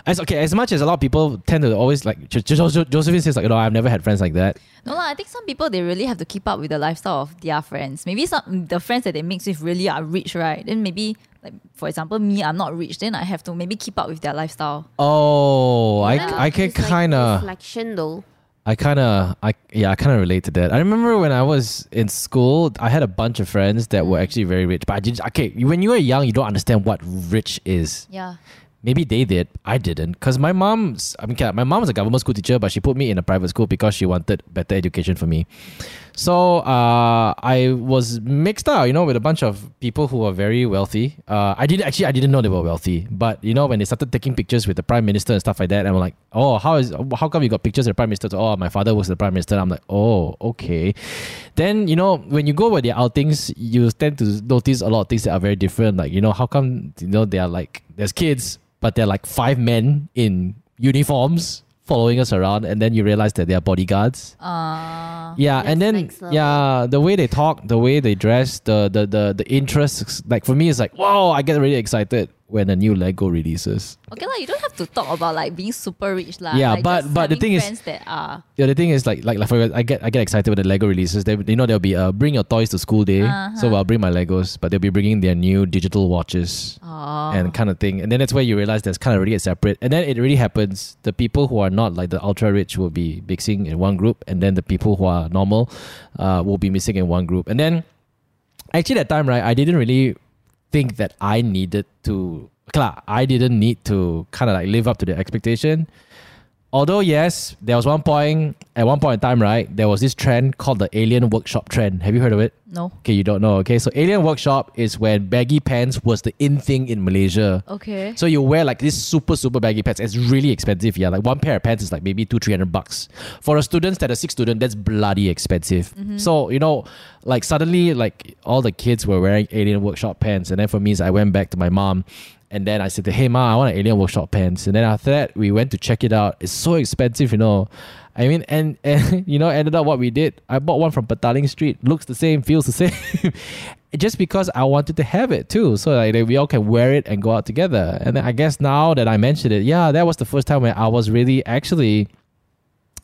[SPEAKER 1] as okay as much as a lot of people tend to always like Jo- Jo- Jo- josephine says like you know i've never had friends like that
[SPEAKER 2] No lah, I think some people they really have to keep up with the lifestyle of their friends. Maybe some the friends that they mix with really are rich, right? Then maybe like for example, me, I'm not rich, then I have to maybe keep up with their lifestyle.
[SPEAKER 1] oh i i can
[SPEAKER 4] It's like
[SPEAKER 1] kind of
[SPEAKER 4] reflection though.
[SPEAKER 1] I kind of, I yeah, I kind of relate to that. I remember when I was in school, I had a bunch of friends that
[SPEAKER 4] Mm.
[SPEAKER 1] were actually very rich, but I did. Okay, when you were young, you don't understand what rich is.
[SPEAKER 2] Yeah.
[SPEAKER 1] Maybe they did, I didn't, because my mom's. I mean, okay, my mom was a government school teacher, but she put me in a private school because she wanted better education for me. So uh, I was mixed up, you know, with a bunch of people who were very wealthy. Uh, I did actually, I didn't know they were wealthy, but you know, when they started taking pictures with the prime minister and stuff like that, and I'm like, oh, how is how come you got pictures of the prime minister? So, oh, my father was the prime minister. I'm like, oh, okay. Then you know, when you go with their outings, you tend to notice a lot of things that are very different. Like you know, how come you know they are like there's kids, but they're like five men in uniforms following us around, and then you realize that they are bodyguards.
[SPEAKER 2] Uh,
[SPEAKER 1] Yeah, and then
[SPEAKER 4] next level.
[SPEAKER 1] yeah, the way they talk, the way they dress, the the the the interests. Like for me, it's like wow, I get really excited when a new Lego releases.
[SPEAKER 2] Okay, like you don't have to talk about like being super rich, lah.
[SPEAKER 1] Yeah,
[SPEAKER 2] like,
[SPEAKER 1] but-
[SPEAKER 2] just
[SPEAKER 1] but the
[SPEAKER 2] having
[SPEAKER 1] thing is-
[SPEAKER 2] friends that are
[SPEAKER 1] Yeah, the thing is like like like for, I get I get excited when the Lego releases. They you know there'll be a bring your toys to school day, so I'll bring my Legos, but they'll be bringing their new digital watches
[SPEAKER 2] uh,
[SPEAKER 1] and kind of thing. And then that's where you realize there's kind of really a separate. And then it really happens. The people who are not like the ultra rich will be mixing in one group, and then the people who are normal, uh, will be mixing in one group, and then. actually that time right i didn't really think that i needed to Kla, i didn't need to kind of like live up to the expectation Although yes, there was one point at one point in time, right? There was this trend called the alien workshop trend. Have you heard of it?
[SPEAKER 2] No.
[SPEAKER 1] Okay, you don't know. Okay, so alien workshop is when baggy pants was the in thing in Malaysia.
[SPEAKER 2] Okay.
[SPEAKER 1] So you wear like this super super baggy pants. It's really expensive. Yeah, like one pair of pants is like maybe two three hundred bucks for a student that a six student. That's bloody expensive. So you know, like suddenly like all the kids were wearing alien workshop pants, and then for me, is I went back to my mom. And then I said to her, hey ma, I want an alien workshop pants. And then after that, we went to check it out. It's so expensive, you know. I mean, and, and you know, ended up what we did. I bought one from Petaling Street. Looks the same, feels the same. just because I wanted to have it too, so like that we all can wear it and go out together. And then I guess now that I mentioned it, yeah, that was the first time when I was really actually,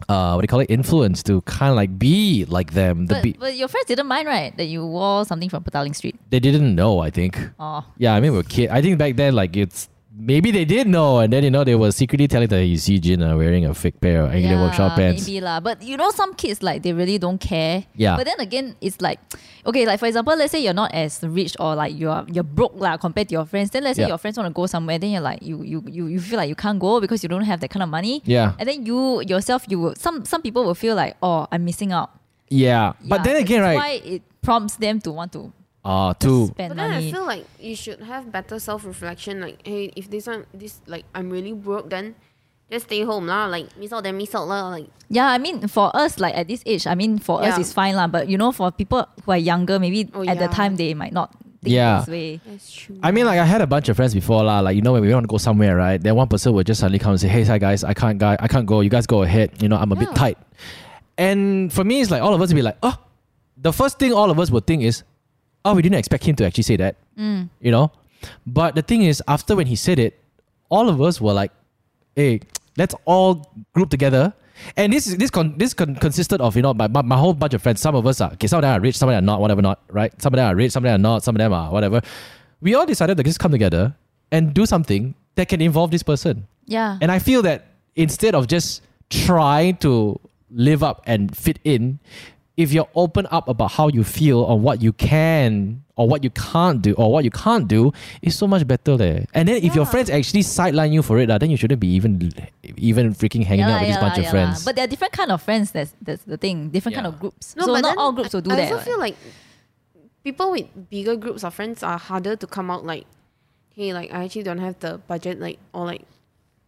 [SPEAKER 1] uh, what do you call it, influenced to kind of like be like them. The
[SPEAKER 2] But,
[SPEAKER 1] be-
[SPEAKER 2] but your friends didn't mind, right? That you wore something from Petaling Street.
[SPEAKER 1] they didn't know, I think.
[SPEAKER 2] Oh.
[SPEAKER 1] Yeah, I mean, we were kid. I think back then, like it's maybe they did know, and then you know they were secretly telling that you see Jin uh, wearing a fake pair of Angular Workshop pants.
[SPEAKER 2] Maybe lah. But you know, some kids like they really don't care.
[SPEAKER 1] Yeah.
[SPEAKER 2] But then again, it's like okay, like for example, let's say you're not as rich or like you're you're broke lah compared to your friends. Then let's say
[SPEAKER 1] Yeah.
[SPEAKER 2] your friends want to go somewhere, then you're like you you you you feel like you can't go because you don't have that kind of money.
[SPEAKER 1] Yeah.
[SPEAKER 2] And then you yourself, you will some some people will feel like oh, I'm missing out.
[SPEAKER 1] Yeah, but
[SPEAKER 2] Yeah,
[SPEAKER 1] then again,
[SPEAKER 2] that's
[SPEAKER 1] right?
[SPEAKER 2] Why it prompts them to want to
[SPEAKER 1] Uh, to
[SPEAKER 2] spend
[SPEAKER 4] But then I
[SPEAKER 2] money.
[SPEAKER 4] feel like you should have better self reflection. Like, hey, if this one, this like I'm really broke, then just stay home lah. Like miss out, then miss out lah. Like
[SPEAKER 2] Yeah, I mean for us, like at this age, I mean for us
[SPEAKER 4] Yeah.
[SPEAKER 2] it's fine lah. But you know, for people who are younger, maybe
[SPEAKER 4] Oh,
[SPEAKER 2] at the
[SPEAKER 4] yeah.
[SPEAKER 2] time they might not think
[SPEAKER 1] Yeah.
[SPEAKER 2] this way.
[SPEAKER 4] that's true.
[SPEAKER 1] I mean, like I had a bunch of friends before, lah. Like you know, when we want to go somewhere, right? Then one person would just suddenly come and say, "Hey, hi guys, I can't, guy, I can't go. You guys go ahead. You know, I'm a bit
[SPEAKER 4] Yeah.
[SPEAKER 1] tight." And for me, it's like all of us would be like, "Oh," the first thing all of us would think is, "Oh, we didn't expect him to actually say that." You know, but the thing is, after when he said it, all of us were like, "Hey, let's all group together." And this is- this con- this con- consisted of you know my, my, my whole bunch of friends. Some of us are okay. Some of them are rich. Some of them are not. Whatever not right. Some of them are rich. Some of them are not. Some of them are whatever. We all decided to just come together and do something that can involve this person.
[SPEAKER 2] Yeah.
[SPEAKER 1] And I feel that instead of just trying to live up and fit in, if you're open up about how you feel or what you can or what you can't do or what you can't do, it's so much better there. And then if your friends actually sideline you for it, ah, then you shouldn't be even even freaking hanging out
[SPEAKER 2] lah,
[SPEAKER 1] with this
[SPEAKER 2] lah,
[SPEAKER 1] bunch of
[SPEAKER 2] yeah
[SPEAKER 1] friends.
[SPEAKER 2] Lah. But there are different kind of friends. That's that's the thing. Different
[SPEAKER 1] Yeah.
[SPEAKER 2] kind of groups.
[SPEAKER 4] No,
[SPEAKER 2] so
[SPEAKER 4] but
[SPEAKER 2] not
[SPEAKER 4] then
[SPEAKER 2] all groups will do
[SPEAKER 4] I,
[SPEAKER 2] that.
[SPEAKER 4] I also feel
[SPEAKER 2] right?
[SPEAKER 4] like people with bigger groups of friends are harder to come out. Like, hey, like I actually don't have the budget. Like, or like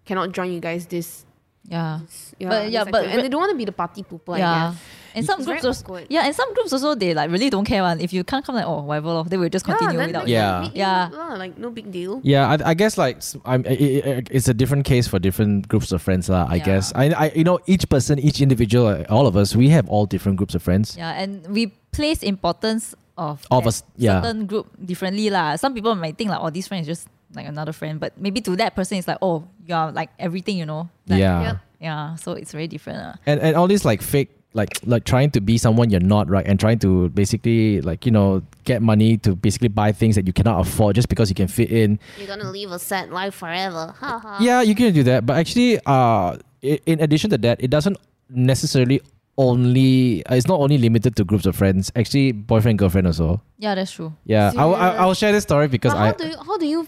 [SPEAKER 4] cannot join you guys this.
[SPEAKER 2] yeah.
[SPEAKER 4] Yeah,
[SPEAKER 2] But-
[SPEAKER 4] this
[SPEAKER 2] yeah, but
[SPEAKER 4] activity. and they don't want to be the party pooper. I
[SPEAKER 2] yeah.
[SPEAKER 4] guess.
[SPEAKER 2] And some
[SPEAKER 4] It's
[SPEAKER 2] groups
[SPEAKER 4] very
[SPEAKER 2] also,
[SPEAKER 4] awkward.
[SPEAKER 2] yeah, and some groups also they like really don't care one. If you can't come like oh whatever, lor, they will just continue
[SPEAKER 4] then
[SPEAKER 2] without
[SPEAKER 4] they
[SPEAKER 2] you.
[SPEAKER 1] Yeah.
[SPEAKER 4] meet you
[SPEAKER 2] Yeah.
[SPEAKER 4] lah, like no big deal.
[SPEAKER 1] Yeah, I, I guess like s- I'm, i i i- it's a different case for different groups of friends lah. I
[SPEAKER 2] Yeah.
[SPEAKER 1] guess I, I you know each person, each individual, uh, all of us, we have all different groups of friends.
[SPEAKER 2] Yeah, and we place importance of
[SPEAKER 1] Of
[SPEAKER 2] that
[SPEAKER 1] us- yeah.
[SPEAKER 2] certain group differently lah. Some people might think like, oh, this friend is just like another friend, but maybe to that person it's like, oh, you are like everything, you know. Like,
[SPEAKER 1] yeah,
[SPEAKER 4] Yep.
[SPEAKER 2] Yeah, so it's very different. lah.
[SPEAKER 1] and and all these like fake like like trying to be someone you're not right and trying to basically like you know get money to basically buy things that you cannot afford just because you can fit in
[SPEAKER 4] You're gonna live a sad life forever. Ha ha.
[SPEAKER 1] yeah you can do that but actually uh i- in addition to that it doesn't necessarily only uh, it's not only limited to groups of friends actually boyfriend girlfriend also
[SPEAKER 2] Yeah, that's true.
[SPEAKER 1] yeah I, will- I, i'll share this story because
[SPEAKER 4] But how
[SPEAKER 1] i
[SPEAKER 4] do you how do you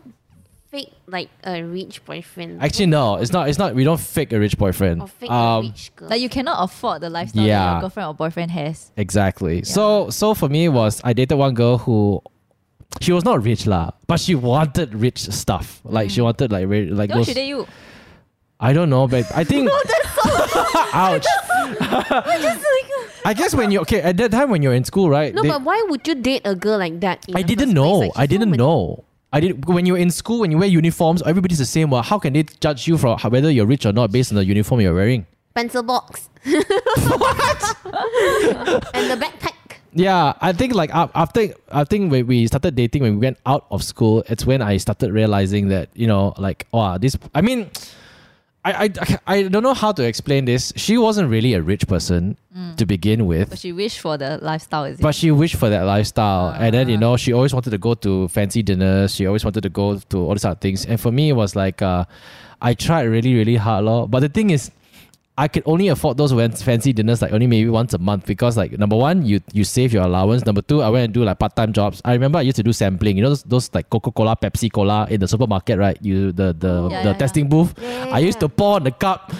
[SPEAKER 4] fake like a rich boyfriend?
[SPEAKER 1] actually no it's not it's not we don't fake a rich boyfriend
[SPEAKER 4] Or Oh, fake
[SPEAKER 1] Um,
[SPEAKER 4] a rich girl.
[SPEAKER 2] Like you cannot afford the lifestyle that
[SPEAKER 1] Yeah.
[SPEAKER 2] your girlfriend or boyfriend has.
[SPEAKER 1] Exactly. So so for me was I dated one girl who she was not rich lah, but she wanted rich stuff. Like
[SPEAKER 4] Mm.
[SPEAKER 1] she wanted like re- like
[SPEAKER 2] Don't
[SPEAKER 1] those.
[SPEAKER 2] should they you?
[SPEAKER 1] I don't know, but I think. Ouch! I guess when you okay at that time when you're in school, right?
[SPEAKER 4] no,
[SPEAKER 1] they-
[SPEAKER 4] but why would you date a girl like that?
[SPEAKER 1] I
[SPEAKER 4] in the
[SPEAKER 1] didn't
[SPEAKER 4] first place?
[SPEAKER 1] know.
[SPEAKER 4] Like, she's
[SPEAKER 1] I
[SPEAKER 4] so
[SPEAKER 1] didn't
[SPEAKER 4] mat-
[SPEAKER 1] know. I did when you're in school when you wear uniforms, everybody's the same. Well, how can they judge you for how- whether you're rich or not based on the uniform you're wearing?
[SPEAKER 4] Pencil box. and the backpack.
[SPEAKER 1] Yeah, I think like af- after I think when we started dating, when we went out of school, it's when I started realizing that you know, like, wow, this. I mean, I I, I don't know how to explain this. She wasn't really a rich person to begin with,
[SPEAKER 2] But she wished for the lifestyle, is it?
[SPEAKER 1] but she wished for that lifestyle, and then
[SPEAKER 2] Ah.
[SPEAKER 1] you know, she always wanted to go to fancy dinners. She always wanted to go to all these other things. And for me, it was like, uh, I tried really, really hard, lor. But the thing is, I could only afford those wen- fancy dinners like only maybe once a month because like number one you you save your allowance number two I went and do like part time jobs I remember I used to do sampling you know those, those like Coca Cola Pepsi Cola in the supermarket right you the the,
[SPEAKER 2] Yeah,
[SPEAKER 1] the
[SPEAKER 2] yeah,
[SPEAKER 1] testing booth I used to pour on the cup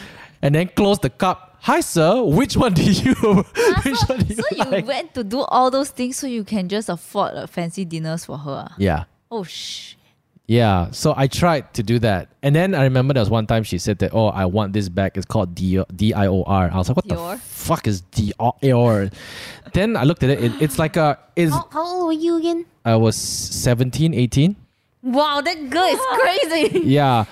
[SPEAKER 1] and then close the cup. Hi, sir. Which one do you? which
[SPEAKER 2] Ah, so,
[SPEAKER 1] one do you
[SPEAKER 2] so you
[SPEAKER 1] like?
[SPEAKER 2] went to do all those things so you can just afford uh, fancy dinners for her. ah?
[SPEAKER 1] yeah.
[SPEAKER 2] Oh sh.
[SPEAKER 1] Yeah, so I tried to do that, and then I remember there was one time she said that, "Oh, I want this back. It's called D D I O R." I was like, "What the
[SPEAKER 2] Dior?
[SPEAKER 1] fuck is D I O R?" Then I looked at it. it it's like a. Is
[SPEAKER 4] How, how old were you again?
[SPEAKER 1] I was 17, 18.
[SPEAKER 4] Wow, that girl is crazy.
[SPEAKER 1] Yeah.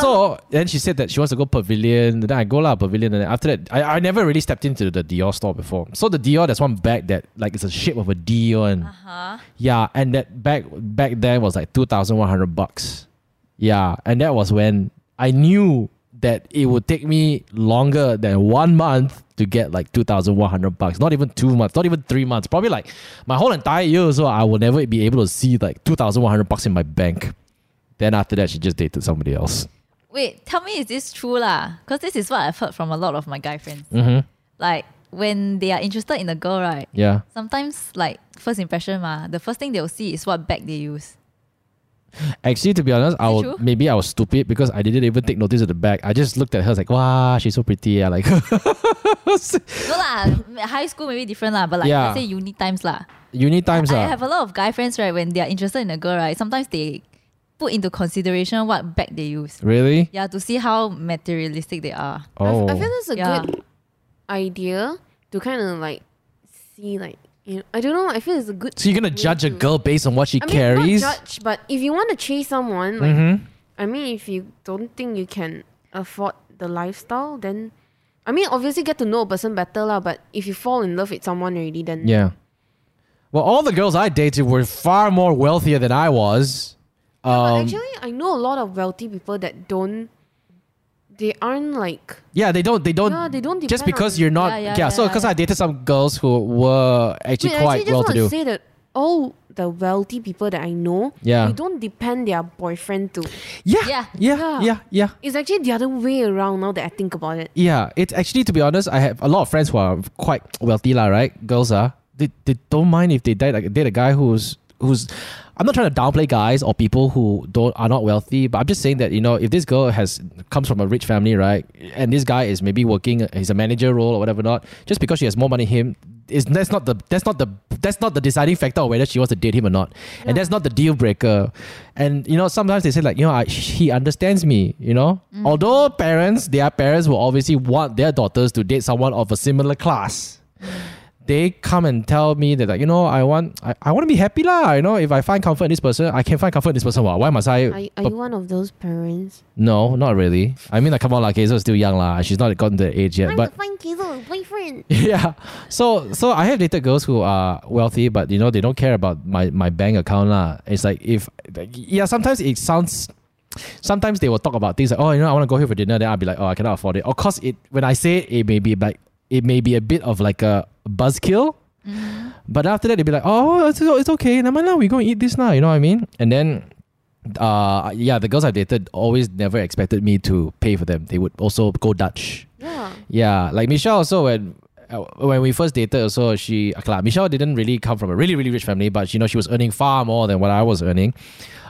[SPEAKER 1] So then she said that she wants to go pavilion. Then I go lah pavilion, and then after that, I, I never really stepped into the Dior store before. So the Dior, there's one bag that like it's a shape of a Dior, and
[SPEAKER 2] Huh?
[SPEAKER 1] yeah, and that back back then was like two thousand one hundred bucks. Yeah, and that was when I knew that it would take me longer than one month to get like two thousand one hundred bucks. Not even two months, not even three months. Probably like my whole entire year, or so I will never be able to see like two thousand one hundred bucks in my bank. Then after that, she just dated somebody else.
[SPEAKER 2] Wait, tell me, is this true lah? Because this is what I've heard from a lot of my guy friends.
[SPEAKER 1] Mm-hmm.
[SPEAKER 2] Like when they are interested in a girl, right?
[SPEAKER 1] Yeah.
[SPEAKER 2] Sometimes like first impression ma, the first thing they'll see is what bag they use.
[SPEAKER 1] Actually, to be honest, I
[SPEAKER 2] it
[SPEAKER 1] was
[SPEAKER 2] true?
[SPEAKER 1] maybe I was stupid because I didn't even take notice of the bag. I just looked at her I was like, wow, she's so pretty. I like
[SPEAKER 2] No lah, m- high school maybe different lah, but like
[SPEAKER 1] Yeah.
[SPEAKER 2] let's say uni times lah.
[SPEAKER 1] uni times.
[SPEAKER 2] I
[SPEAKER 1] ah.
[SPEAKER 2] have a lot of guy friends right when they are interested in a girl right. Sometimes they put into consideration what bag they use.
[SPEAKER 1] Really?
[SPEAKER 2] Yeah, to see how materialistic they are.
[SPEAKER 3] I f-
[SPEAKER 1] Oh.
[SPEAKER 3] I feel that's a
[SPEAKER 2] Yeah.
[SPEAKER 3] good idea to kind of like see like you know, I don't know. I feel it's a good.
[SPEAKER 1] so you're gonna
[SPEAKER 3] way
[SPEAKER 1] judge a
[SPEAKER 3] to-
[SPEAKER 1] girl based on what she
[SPEAKER 3] I mean,
[SPEAKER 1] carries?
[SPEAKER 3] Not judge, but if you want to chase someone, like
[SPEAKER 1] mm-hmm.
[SPEAKER 3] I mean, if you don't think you can afford the lifestyle, then I mean, obviously get to know a person better lah. But if you fall in love with someone already, then
[SPEAKER 1] Yeah. Well, all the girls I dated were far more wealthier than I was.
[SPEAKER 3] But
[SPEAKER 1] Um,
[SPEAKER 3] actually, I know a lot of wealthy people that don't. They aren't like
[SPEAKER 1] yeah, they don't. They don't.
[SPEAKER 3] Yeah, they don't
[SPEAKER 1] just
[SPEAKER 3] depend
[SPEAKER 1] because
[SPEAKER 3] on-
[SPEAKER 1] you're not. Yeah.
[SPEAKER 2] Yeah, yeah,
[SPEAKER 1] so
[SPEAKER 2] yeah,
[SPEAKER 1] because
[SPEAKER 2] yeah.
[SPEAKER 1] I dated some girls who were actually
[SPEAKER 3] Wait,
[SPEAKER 1] quite
[SPEAKER 3] I actually
[SPEAKER 1] well
[SPEAKER 3] just
[SPEAKER 1] to do.
[SPEAKER 3] want to say that all the wealthy people that I know,
[SPEAKER 1] Yeah.
[SPEAKER 3] they don't depend their boyfriend to.
[SPEAKER 1] yeah, yeah,
[SPEAKER 2] Yeah.
[SPEAKER 1] yeah, yeah,
[SPEAKER 3] Yeah.
[SPEAKER 1] yeah,
[SPEAKER 3] It's actually the other way around now that I think about it.
[SPEAKER 1] It's actually, to be honest, I have a lot of friends who are quite wealthy, lah. Right? Girls are. They, they don't mind if they date like date a guy who's who's. I'm not trying to downplay guys or people who don't are not wealthy, but I'm just saying that you know if this girl has comes from a rich family, right, and this guy is maybe working, he's a manager role or whatever not, just because she has more money than him, is that's not the that's not the that's not the deciding factor of whether she wants to date him or not, and that's not the deal breaker. And you know sometimes they say like you know I, he understands me, you know.
[SPEAKER 3] Mm.
[SPEAKER 1] Although parents, their parents will obviously want their daughters to date someone of a similar class they come and tell me that like, you know, I want I, I want to be happy lah. You know, if I find comfort in this person, I can find comfort in this person. Why, why must I?
[SPEAKER 3] Are, are
[SPEAKER 1] but-
[SPEAKER 3] you one of those parents?
[SPEAKER 1] no, not really. I mean, like, come on, like, Kaiser is still young lah. She's not gotten to the age yet.
[SPEAKER 4] Time
[SPEAKER 1] But
[SPEAKER 4] to find Kizo a boyfriend.
[SPEAKER 1] yeah, so so I have dated girls who are wealthy, but you know they don't care about my my bank account lah. It's like if like, yeah, sometimes it sounds. Sometimes they will talk about things like, oh, you know, I want to go here for dinner. Then I'll be like, oh, I cannot afford it. Of course, it when I say it, it may be like it may be a bit of like a buzzkill, but after that, they'd be like, oh, it's, it's okay. Never mind, lah, we go and eat this now. You know what I mean? And then, uh, yeah, the girls I've dated always never expected me to pay for them. They would also go Dutch.
[SPEAKER 3] Yeah.
[SPEAKER 1] Yeah, like Michelle also when uh, when we first dated also she okay, lah, Michelle didn't really come from a really really rich family, but you know she was earning far more than what I was earning.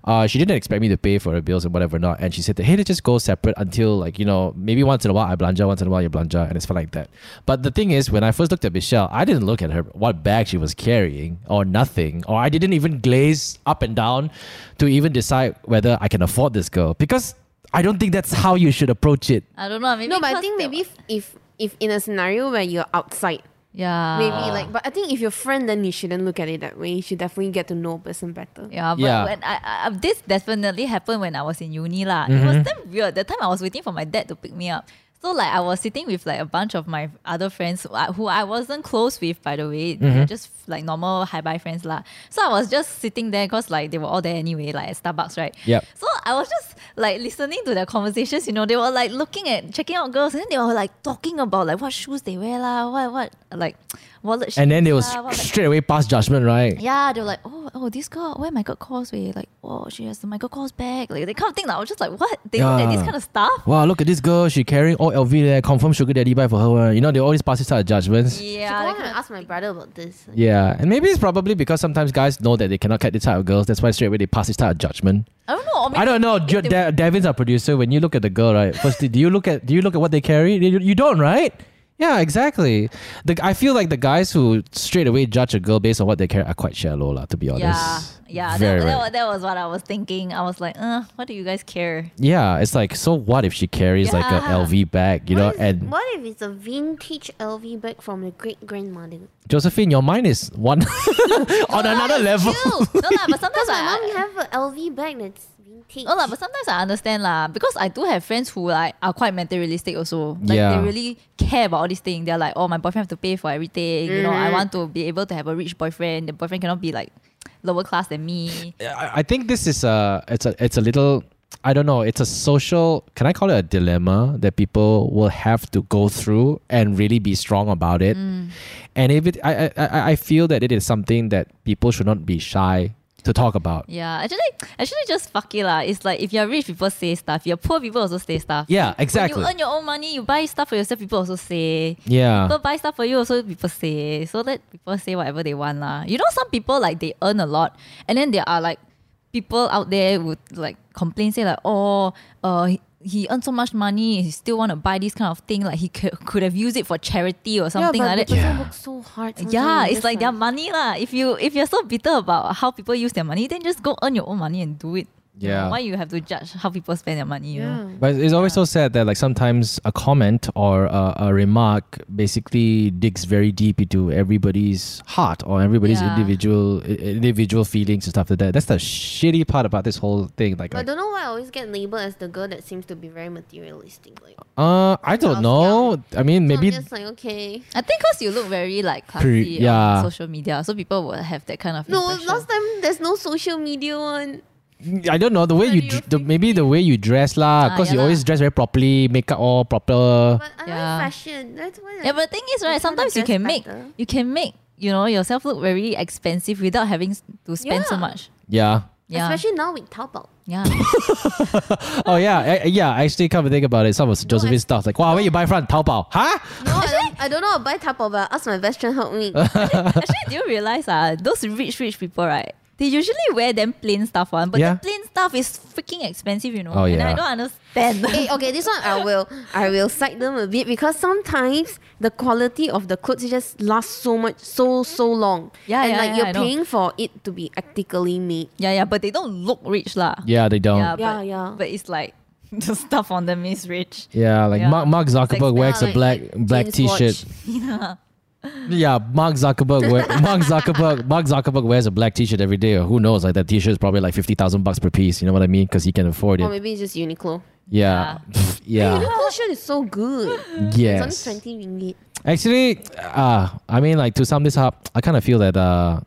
[SPEAKER 1] Uh, she didn't expect me to pay for her bills and whatever not, and she said that hey, let's just go separate until like you know maybe once in a while I blanja, once in a while you blanja, and it's fun like that. But the thing is, when I first looked at Michelle, I didn't look at her what bag she was carrying or nothing, or I didn't even glaze up and down to even decide whether I can afford this girl because I don't think that's how you should approach it.
[SPEAKER 2] I don't know. Maybe
[SPEAKER 3] no, but I
[SPEAKER 2] because
[SPEAKER 3] think
[SPEAKER 2] they-
[SPEAKER 3] maybe if, if if in a scenario where you're outside,
[SPEAKER 2] Yeah.
[SPEAKER 3] maybe
[SPEAKER 1] Ah.
[SPEAKER 3] like. But I think if you're friend, then you shouldn't look at it that way. You should definitely get to know a person better.
[SPEAKER 2] Yeah, but
[SPEAKER 1] Yeah.
[SPEAKER 2] when I, I this definitely happened when I was in uni lah. It
[SPEAKER 1] Mm-hmm.
[SPEAKER 2] was damn weird. The time I was waiting for my dad to pick me up. So like I was sitting with like a bunch of my other friends who I, who I wasn't close with by the way, They
[SPEAKER 1] Mm-hmm.
[SPEAKER 2] were just like normal high bye friends lah. So I was just sitting there because like they were all there anyway, like at Starbucks, right?
[SPEAKER 1] Yep.
[SPEAKER 2] So I was just like listening to their conversations. You know, they were like looking at checking out girls, and then they were like talking about like what shoes they wear lah, what what like wallet.
[SPEAKER 1] And then
[SPEAKER 2] shapes
[SPEAKER 1] they was
[SPEAKER 2] lah, what, like,
[SPEAKER 1] straight away pass judgment, right?
[SPEAKER 2] yeah, they were like, oh, oh, this girl, where Michael Kors way? Like, oh, she has the Michael Kors bag. Like, they kind of thing. Like, I was just like, what? They look at
[SPEAKER 1] Yeah.
[SPEAKER 2] this kind of stuff?
[SPEAKER 1] Wow, look at this girl. She carrying. Oh, oh, LV there, confirm sugar daddy buy for her. one." You know, they always pass this type of judgments. Yeah.
[SPEAKER 2] Yeah,
[SPEAKER 4] I
[SPEAKER 2] that
[SPEAKER 4] want
[SPEAKER 2] kind
[SPEAKER 4] to
[SPEAKER 2] of-
[SPEAKER 4] ask my brother about this.
[SPEAKER 1] and maybe it's probably because sometimes guys know that they cannot catch this type of girls. That's why straight away they pass this type of judgment.
[SPEAKER 2] I don't know. Or maybe
[SPEAKER 1] I don't know.
[SPEAKER 2] if
[SPEAKER 1] Jo-
[SPEAKER 2] they-
[SPEAKER 1] Da- Davin's our producer. When you look at the girl, right? Firstly, do you look at do you look at what they carry? You, you don't, right? Yeah, exactly. The, I feel like the guys who straight away judge a girl based on what they carry are quite shallow, lah. To be honest.
[SPEAKER 2] yeah, yeah.
[SPEAKER 1] Very
[SPEAKER 2] That, that,
[SPEAKER 1] right.
[SPEAKER 2] wa- that was what I was thinking. I was like, uh, what do you guys care?
[SPEAKER 1] yeah, it's like so. What if she carries like a
[SPEAKER 2] Yeah.
[SPEAKER 1] LV bag, you know?
[SPEAKER 4] What if-
[SPEAKER 1] And
[SPEAKER 4] what if it's a vintage LV bag from the great grandmother?
[SPEAKER 1] Josephine, your mind is one on another level.
[SPEAKER 2] Cute. no lah, but sometimes
[SPEAKER 4] Does my
[SPEAKER 2] I,
[SPEAKER 4] mom have an LV bag that's vintage?
[SPEAKER 2] No lah, but sometimes I understand lah because I do have friends who like are quite materialistic also. Like
[SPEAKER 1] Yeah.
[SPEAKER 2] they really care about all these things. They're like, oh, my boyfriend have to pay for everything. You know, I want to be able to have a rich boyfriend. The boyfriend cannot be like lower class than me.
[SPEAKER 1] I I think this is a it's a it's a little I don't know it's a social can I call it a dilemma that people will have to go through and really be strong about it.
[SPEAKER 2] Mm.
[SPEAKER 1] And if it I, I- I I feel that it is something that people should not be shy to talk about.
[SPEAKER 2] Yeah, actually, actually, just fuck it lah. It's like if you're rich, people say stuff. If you're poor, people also say stuff.
[SPEAKER 1] Yeah,
[SPEAKER 2] When
[SPEAKER 1] exactly.
[SPEAKER 2] you earn your own money, you buy stuff for yourself. People also say.
[SPEAKER 1] Yeah.
[SPEAKER 2] People buy stuff for you, also people say. So let people say whatever they want lah. You know, some people like they earn a lot, and then there are like people out there would like complain say like, oh, uh. he- He earned so much money. He still want to buy this kind of thing. Like he could, could have used it for charity or something
[SPEAKER 4] yeah, but
[SPEAKER 2] like
[SPEAKER 4] the
[SPEAKER 2] that.
[SPEAKER 4] person
[SPEAKER 1] Yeah.
[SPEAKER 4] works so hard. sometimes
[SPEAKER 2] Yeah,
[SPEAKER 4] I'm
[SPEAKER 2] it's
[SPEAKER 4] just
[SPEAKER 2] like their money lah. If you if you're so bitter about how people use their money, then just go earn your own money and do it. You know,
[SPEAKER 1] Yeah.
[SPEAKER 2] Why you have to judge how people spend their money? You know.
[SPEAKER 4] Yeah.
[SPEAKER 1] But it's always so sad that like sometimes a comment or a, a remark basically digs very deep into everybody's heart or everybody's
[SPEAKER 2] Yeah.
[SPEAKER 1] individual i- individual feelings and stuff like that. That's the shitty part about this whole thing. Like,
[SPEAKER 4] But I
[SPEAKER 1] like,
[SPEAKER 4] don't know why I always get labeled as the girl that seems to be very materialistic. Like,
[SPEAKER 1] uh, I don't
[SPEAKER 4] Sounds
[SPEAKER 1] know. I mean,
[SPEAKER 4] maybe
[SPEAKER 1] maybe
[SPEAKER 4] I'm just like okay.
[SPEAKER 2] I think because you look very like
[SPEAKER 1] Pre-
[SPEAKER 2] classy
[SPEAKER 1] yeah.
[SPEAKER 2] on social media, so people will have that kind of
[SPEAKER 4] No,
[SPEAKER 2] impression.
[SPEAKER 4] last time there's no social media one.
[SPEAKER 1] I don't know the way
[SPEAKER 4] What
[SPEAKER 1] you,
[SPEAKER 4] do you
[SPEAKER 1] dr- the, maybe the way you dress lah.
[SPEAKER 2] Ah,
[SPEAKER 1] Because
[SPEAKER 2] yeah
[SPEAKER 1] you
[SPEAKER 2] lah.
[SPEAKER 1] always dress very properly, makeup all proper.
[SPEAKER 4] But I
[SPEAKER 2] Yeah.
[SPEAKER 4] like fashion. That's why.
[SPEAKER 2] Yeah, but the thing is,
[SPEAKER 4] You
[SPEAKER 2] right?
[SPEAKER 4] can't
[SPEAKER 2] Sometimes you
[SPEAKER 4] dress
[SPEAKER 2] can make
[SPEAKER 4] better.
[SPEAKER 2] you can make you know yourself look very expensive without having s- to spend so
[SPEAKER 4] Yeah.
[SPEAKER 2] much.
[SPEAKER 1] yeah.
[SPEAKER 2] Yeah,
[SPEAKER 4] Especially now with Taobao.
[SPEAKER 2] yeah.
[SPEAKER 1] Oh yeah, I, I- yeah. I actually come to think about it. Some of Josephine's stuff like, wow, where you buy from? Taobao, huh?
[SPEAKER 4] No, I don't, I don't know about Taobao, but ask my best friend help me.
[SPEAKER 2] Actually, do you realize uh, those rich rich people, right? They usually wear them plain stuff one, but
[SPEAKER 1] Yeah.
[SPEAKER 2] the plain stuff is freaking expensive, you know.
[SPEAKER 1] Oh,
[SPEAKER 2] and
[SPEAKER 1] yeah.
[SPEAKER 2] I don't understand.
[SPEAKER 4] Eh, okay, this one I will I will cite them a bit because sometimes the quality of the clothes just lasts so much so so long.
[SPEAKER 2] Yeah,
[SPEAKER 4] and
[SPEAKER 2] yeah,
[SPEAKER 4] like
[SPEAKER 2] yeah,
[SPEAKER 4] you're
[SPEAKER 2] I know.
[SPEAKER 4] paying for it to be ethically made.
[SPEAKER 2] yeah, yeah, but they don't look rich, lah.
[SPEAKER 1] Yeah, they don't.
[SPEAKER 2] yeah,
[SPEAKER 1] Yeah,
[SPEAKER 4] Yeah,
[SPEAKER 2] but,
[SPEAKER 4] yeah.
[SPEAKER 2] But it's like the stuff on them is rich.
[SPEAKER 1] like
[SPEAKER 2] Yeah.
[SPEAKER 1] Mark, Mark Zuckerberg
[SPEAKER 2] Like,
[SPEAKER 1] wears
[SPEAKER 4] like,
[SPEAKER 1] a black
[SPEAKER 4] like
[SPEAKER 1] black
[SPEAKER 4] James
[SPEAKER 1] t-shirt. Yeah, Mark Zuckerberg. Wear, Mark Zuckerberg. Mark Zuckerberg wears a black T-shirt every day. Or who knows? Like that T-shirt is probably like fifty thousand bucks per piece. You know what I mean? Because he can afford
[SPEAKER 4] Or
[SPEAKER 1] it.
[SPEAKER 4] maybe it's just Uniqlo.
[SPEAKER 1] Yeah, yeah,
[SPEAKER 4] Uniqlo shirt is so good. It's
[SPEAKER 1] yes.
[SPEAKER 4] only twenty ringgit.
[SPEAKER 1] Actually, uh, I mean, like to sum this up, I kind of feel that uh,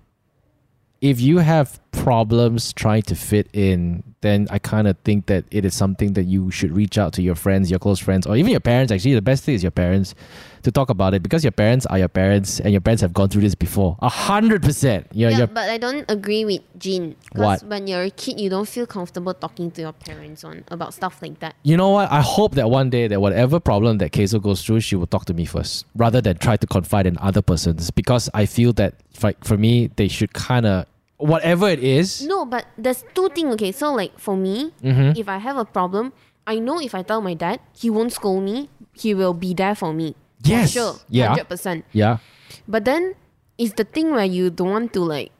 [SPEAKER 1] if you have problems trying to fit in, then I kind of think that it is something that you should reach out to your friends, your close friends, or even your parents. Actually, the best thing is your parents to talk about it because your parents are your parents, and your parents have gone through this before. A hundred percent. Your
[SPEAKER 4] Yeah,
[SPEAKER 1] your
[SPEAKER 4] but I don't agree with Jean.
[SPEAKER 1] What?
[SPEAKER 4] Because when you're a kid, you don't feel comfortable talking to your parents on about stuff like that.
[SPEAKER 1] you know what? I hope that one day that whatever problem that Keizo goes through, she will talk to me first, rather than try to confide in other persons. Because I feel that for, for me, they should kind of whatever it is.
[SPEAKER 4] No, but there's two things. Okay, so like for me,
[SPEAKER 1] Mm-hmm.
[SPEAKER 4] if I have a problem, I know if I tell my dad, he won't scold me. He will be there for me. For
[SPEAKER 1] Yes.
[SPEAKER 4] sure,
[SPEAKER 1] Yeah.
[SPEAKER 4] hundred percent.
[SPEAKER 1] Yeah,
[SPEAKER 4] But then it's the thing where you don't want to like,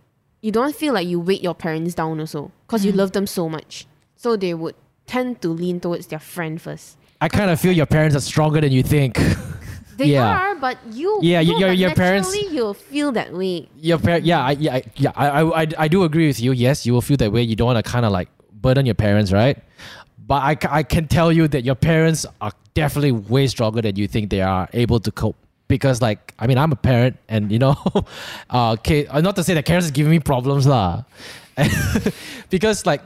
[SPEAKER 4] you don't feel like you weight your parents down also, because
[SPEAKER 1] Mm-hmm.
[SPEAKER 4] you love them so much. So they would tend to lean towards their friend first.
[SPEAKER 1] I kind of feel your parents are stronger than you think.
[SPEAKER 4] They
[SPEAKER 1] Yeah.
[SPEAKER 4] are, but you
[SPEAKER 1] Yeah, you-
[SPEAKER 4] no,
[SPEAKER 1] your-
[SPEAKER 4] but
[SPEAKER 1] your parents-
[SPEAKER 4] naturally you'll feel that way.
[SPEAKER 1] Your parent, yeah, I, yeah, I, yeah. I, I, I, I do agree with you. Yes, you will feel that way. You don't want to kind of like burden your parents, right? But I, ca- I can tell you that your parents are definitely way stronger than you think they are able to cope. Because like, I mean, I'm a parent, and you know, uh, okay, uh, not to say that parents is giving me problems lah. because like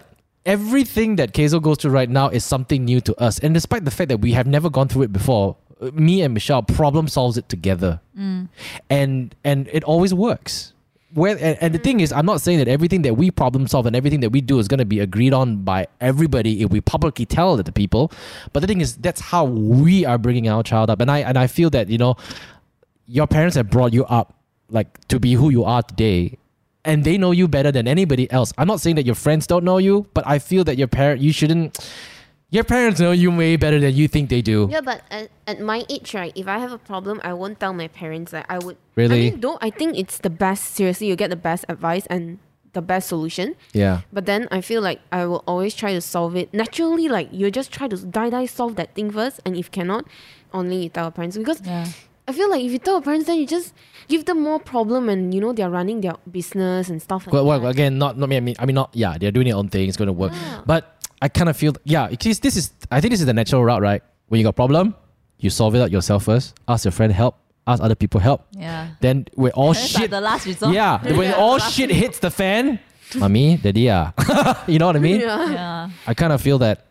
[SPEAKER 1] everything that Keizo goes through right now is something new to us, and despite the fact that we have never gone through it before, uh, me and Michelle problem solves it together, and and it always works. where and, and the thing is, I'm not saying that everything that we problem solve and everything that we do is going to be agreed on by everybody if we publicly tell the people. But the thing is, that's how we are bringing our child up, and I and I feel that you know, your parents have brought you up like to be who you are today. And they know you better than anybody else. I'm not saying that your friends don't know you, but I feel that your parent you shouldn't. Your parents know you way better than you think they do.
[SPEAKER 4] Yeah, but at, at my age, right, if I have a problem, I won't tell my parents. Like I would
[SPEAKER 1] Really?
[SPEAKER 4] I mean, though I think it's the best. Seriously, you get the best advice and the best solution.
[SPEAKER 1] Yeah.
[SPEAKER 4] But then I feel like I will always try to solve it naturally. Like you just try to die die solve that thing first, and if cannot, only you tell your parents because
[SPEAKER 2] Yeah.
[SPEAKER 4] I feel like if you tell your parents, then you just give them more problem, and you know they're running their business and stuff like
[SPEAKER 1] Well, well,
[SPEAKER 4] that.
[SPEAKER 1] again, not not me. I mean, I mean, not yeah. They're doing their own thing. It's going to work. But I kind of feel yeah. Because this is I think this is the natural route, right? When you got problem, you solve it out yourself first. Ask your friend help. Ask other people help.
[SPEAKER 2] Yeah.
[SPEAKER 1] Then when all
[SPEAKER 2] That's like
[SPEAKER 1] shit,
[SPEAKER 2] the last resort.
[SPEAKER 1] yeah, when
[SPEAKER 2] Yeah,
[SPEAKER 1] all
[SPEAKER 2] the last
[SPEAKER 1] shit hits the fan, mommy, daddy, yeah. you know what I mean?
[SPEAKER 2] Yeah.
[SPEAKER 1] I kind of feel that.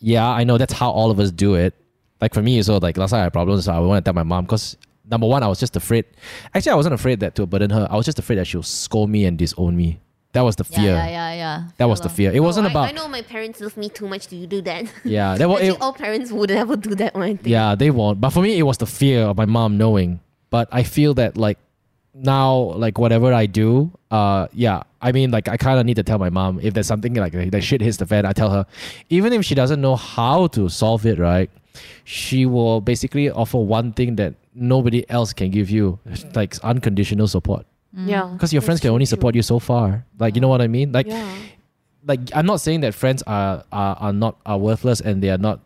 [SPEAKER 1] Yeah, I know that's how all of us do it. Like for me, so like last time I had problems, so I want to tell my mom because number one, I was just afraid. Actually, I wasn't afraid that to burden her. I was just afraid that she'll scold me and disown me. That was the
[SPEAKER 2] Yeah,
[SPEAKER 1] fear.
[SPEAKER 2] yeah, yeah, yeah.
[SPEAKER 1] That was the
[SPEAKER 2] Hello.
[SPEAKER 1] fear. It wasn't
[SPEAKER 4] I,
[SPEAKER 1] about
[SPEAKER 4] Oh, I know my parents love me too much to do that.
[SPEAKER 1] yeah. That was
[SPEAKER 4] Actually,
[SPEAKER 1] it,
[SPEAKER 4] all parents would never do that one. I think.
[SPEAKER 1] yeah. They won't. But for me, it was the fear of my mom knowing. But I feel that like now, like whatever I do, uh, yeah. I mean, like I kind of need to tell my mom if there's something like that shit hits the fan. I tell her, even if she doesn't know how to solve it, right? She will basically offer one thing that nobody else can give you, like unconditional support.
[SPEAKER 4] Yeah.
[SPEAKER 1] Because your friends
[SPEAKER 4] That's
[SPEAKER 1] can only
[SPEAKER 4] true.
[SPEAKER 1] support you so far. Like you know what I mean? Like
[SPEAKER 4] Yeah.
[SPEAKER 1] like I'm not saying that friends are are, are not are worthless and they are not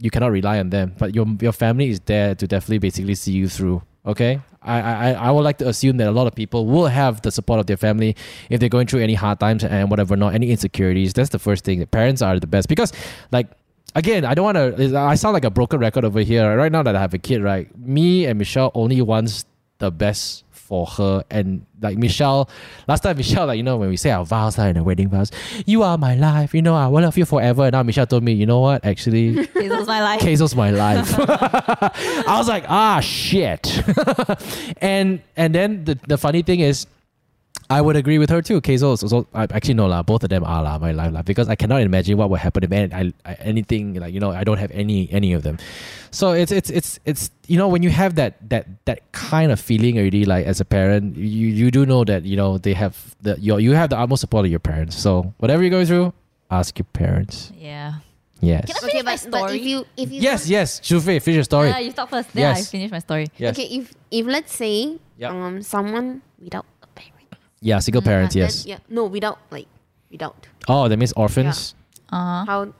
[SPEAKER 1] you cannot rely on them, but your your family is there to definitely basically see you through. Okay, I I I- I would like to assume that a lot of people will have the support of their family if they're going through any hard times and whatever, not any insecurities. That's the first thing. Parents are the best because, like, again, I don't want to. I sound like a broken record over here right now that I have a kid. Right, me and Michelle only wants the best for her and like Michelle last time Michelle like you know when we say our vows like in the wedding vows you are my life you know I will love you forever and now Michelle told me you know what actually
[SPEAKER 2] This was my life.
[SPEAKER 1] Queso's my life I was like ah shit and and then the, the funny thing is I would agree with her too. Keizo is also I, actually no lah. Both of them are lah. My life lah because I cannot imagine what would happen if any, I, I, anything like you know I don't have any any of them. So it's it's it's it's you know when you have that that that kind of feeling already like as a parent you you do know that you know they have the your you have the utmost support of your parents. So whatever you're going through, ask your parents.
[SPEAKER 2] Yeah.
[SPEAKER 1] Yes.
[SPEAKER 2] Can I
[SPEAKER 4] Okay,
[SPEAKER 2] finish my
[SPEAKER 4] but, but
[SPEAKER 2] story?
[SPEAKER 4] if you if you
[SPEAKER 1] Yes. Yes. Shufei, finish your story.
[SPEAKER 2] Yeah, you stop first. Then I
[SPEAKER 1] Yes.
[SPEAKER 2] finish my story.
[SPEAKER 1] Yes.
[SPEAKER 4] okay if if let's say
[SPEAKER 1] Yup.
[SPEAKER 4] um someone without a parent
[SPEAKER 1] Yeah. Single parents.
[SPEAKER 4] Uh-huh. then-
[SPEAKER 1] Yes.
[SPEAKER 4] yeah no without like without
[SPEAKER 1] Oh, that means orphans.
[SPEAKER 2] Uh huh.
[SPEAKER 4] how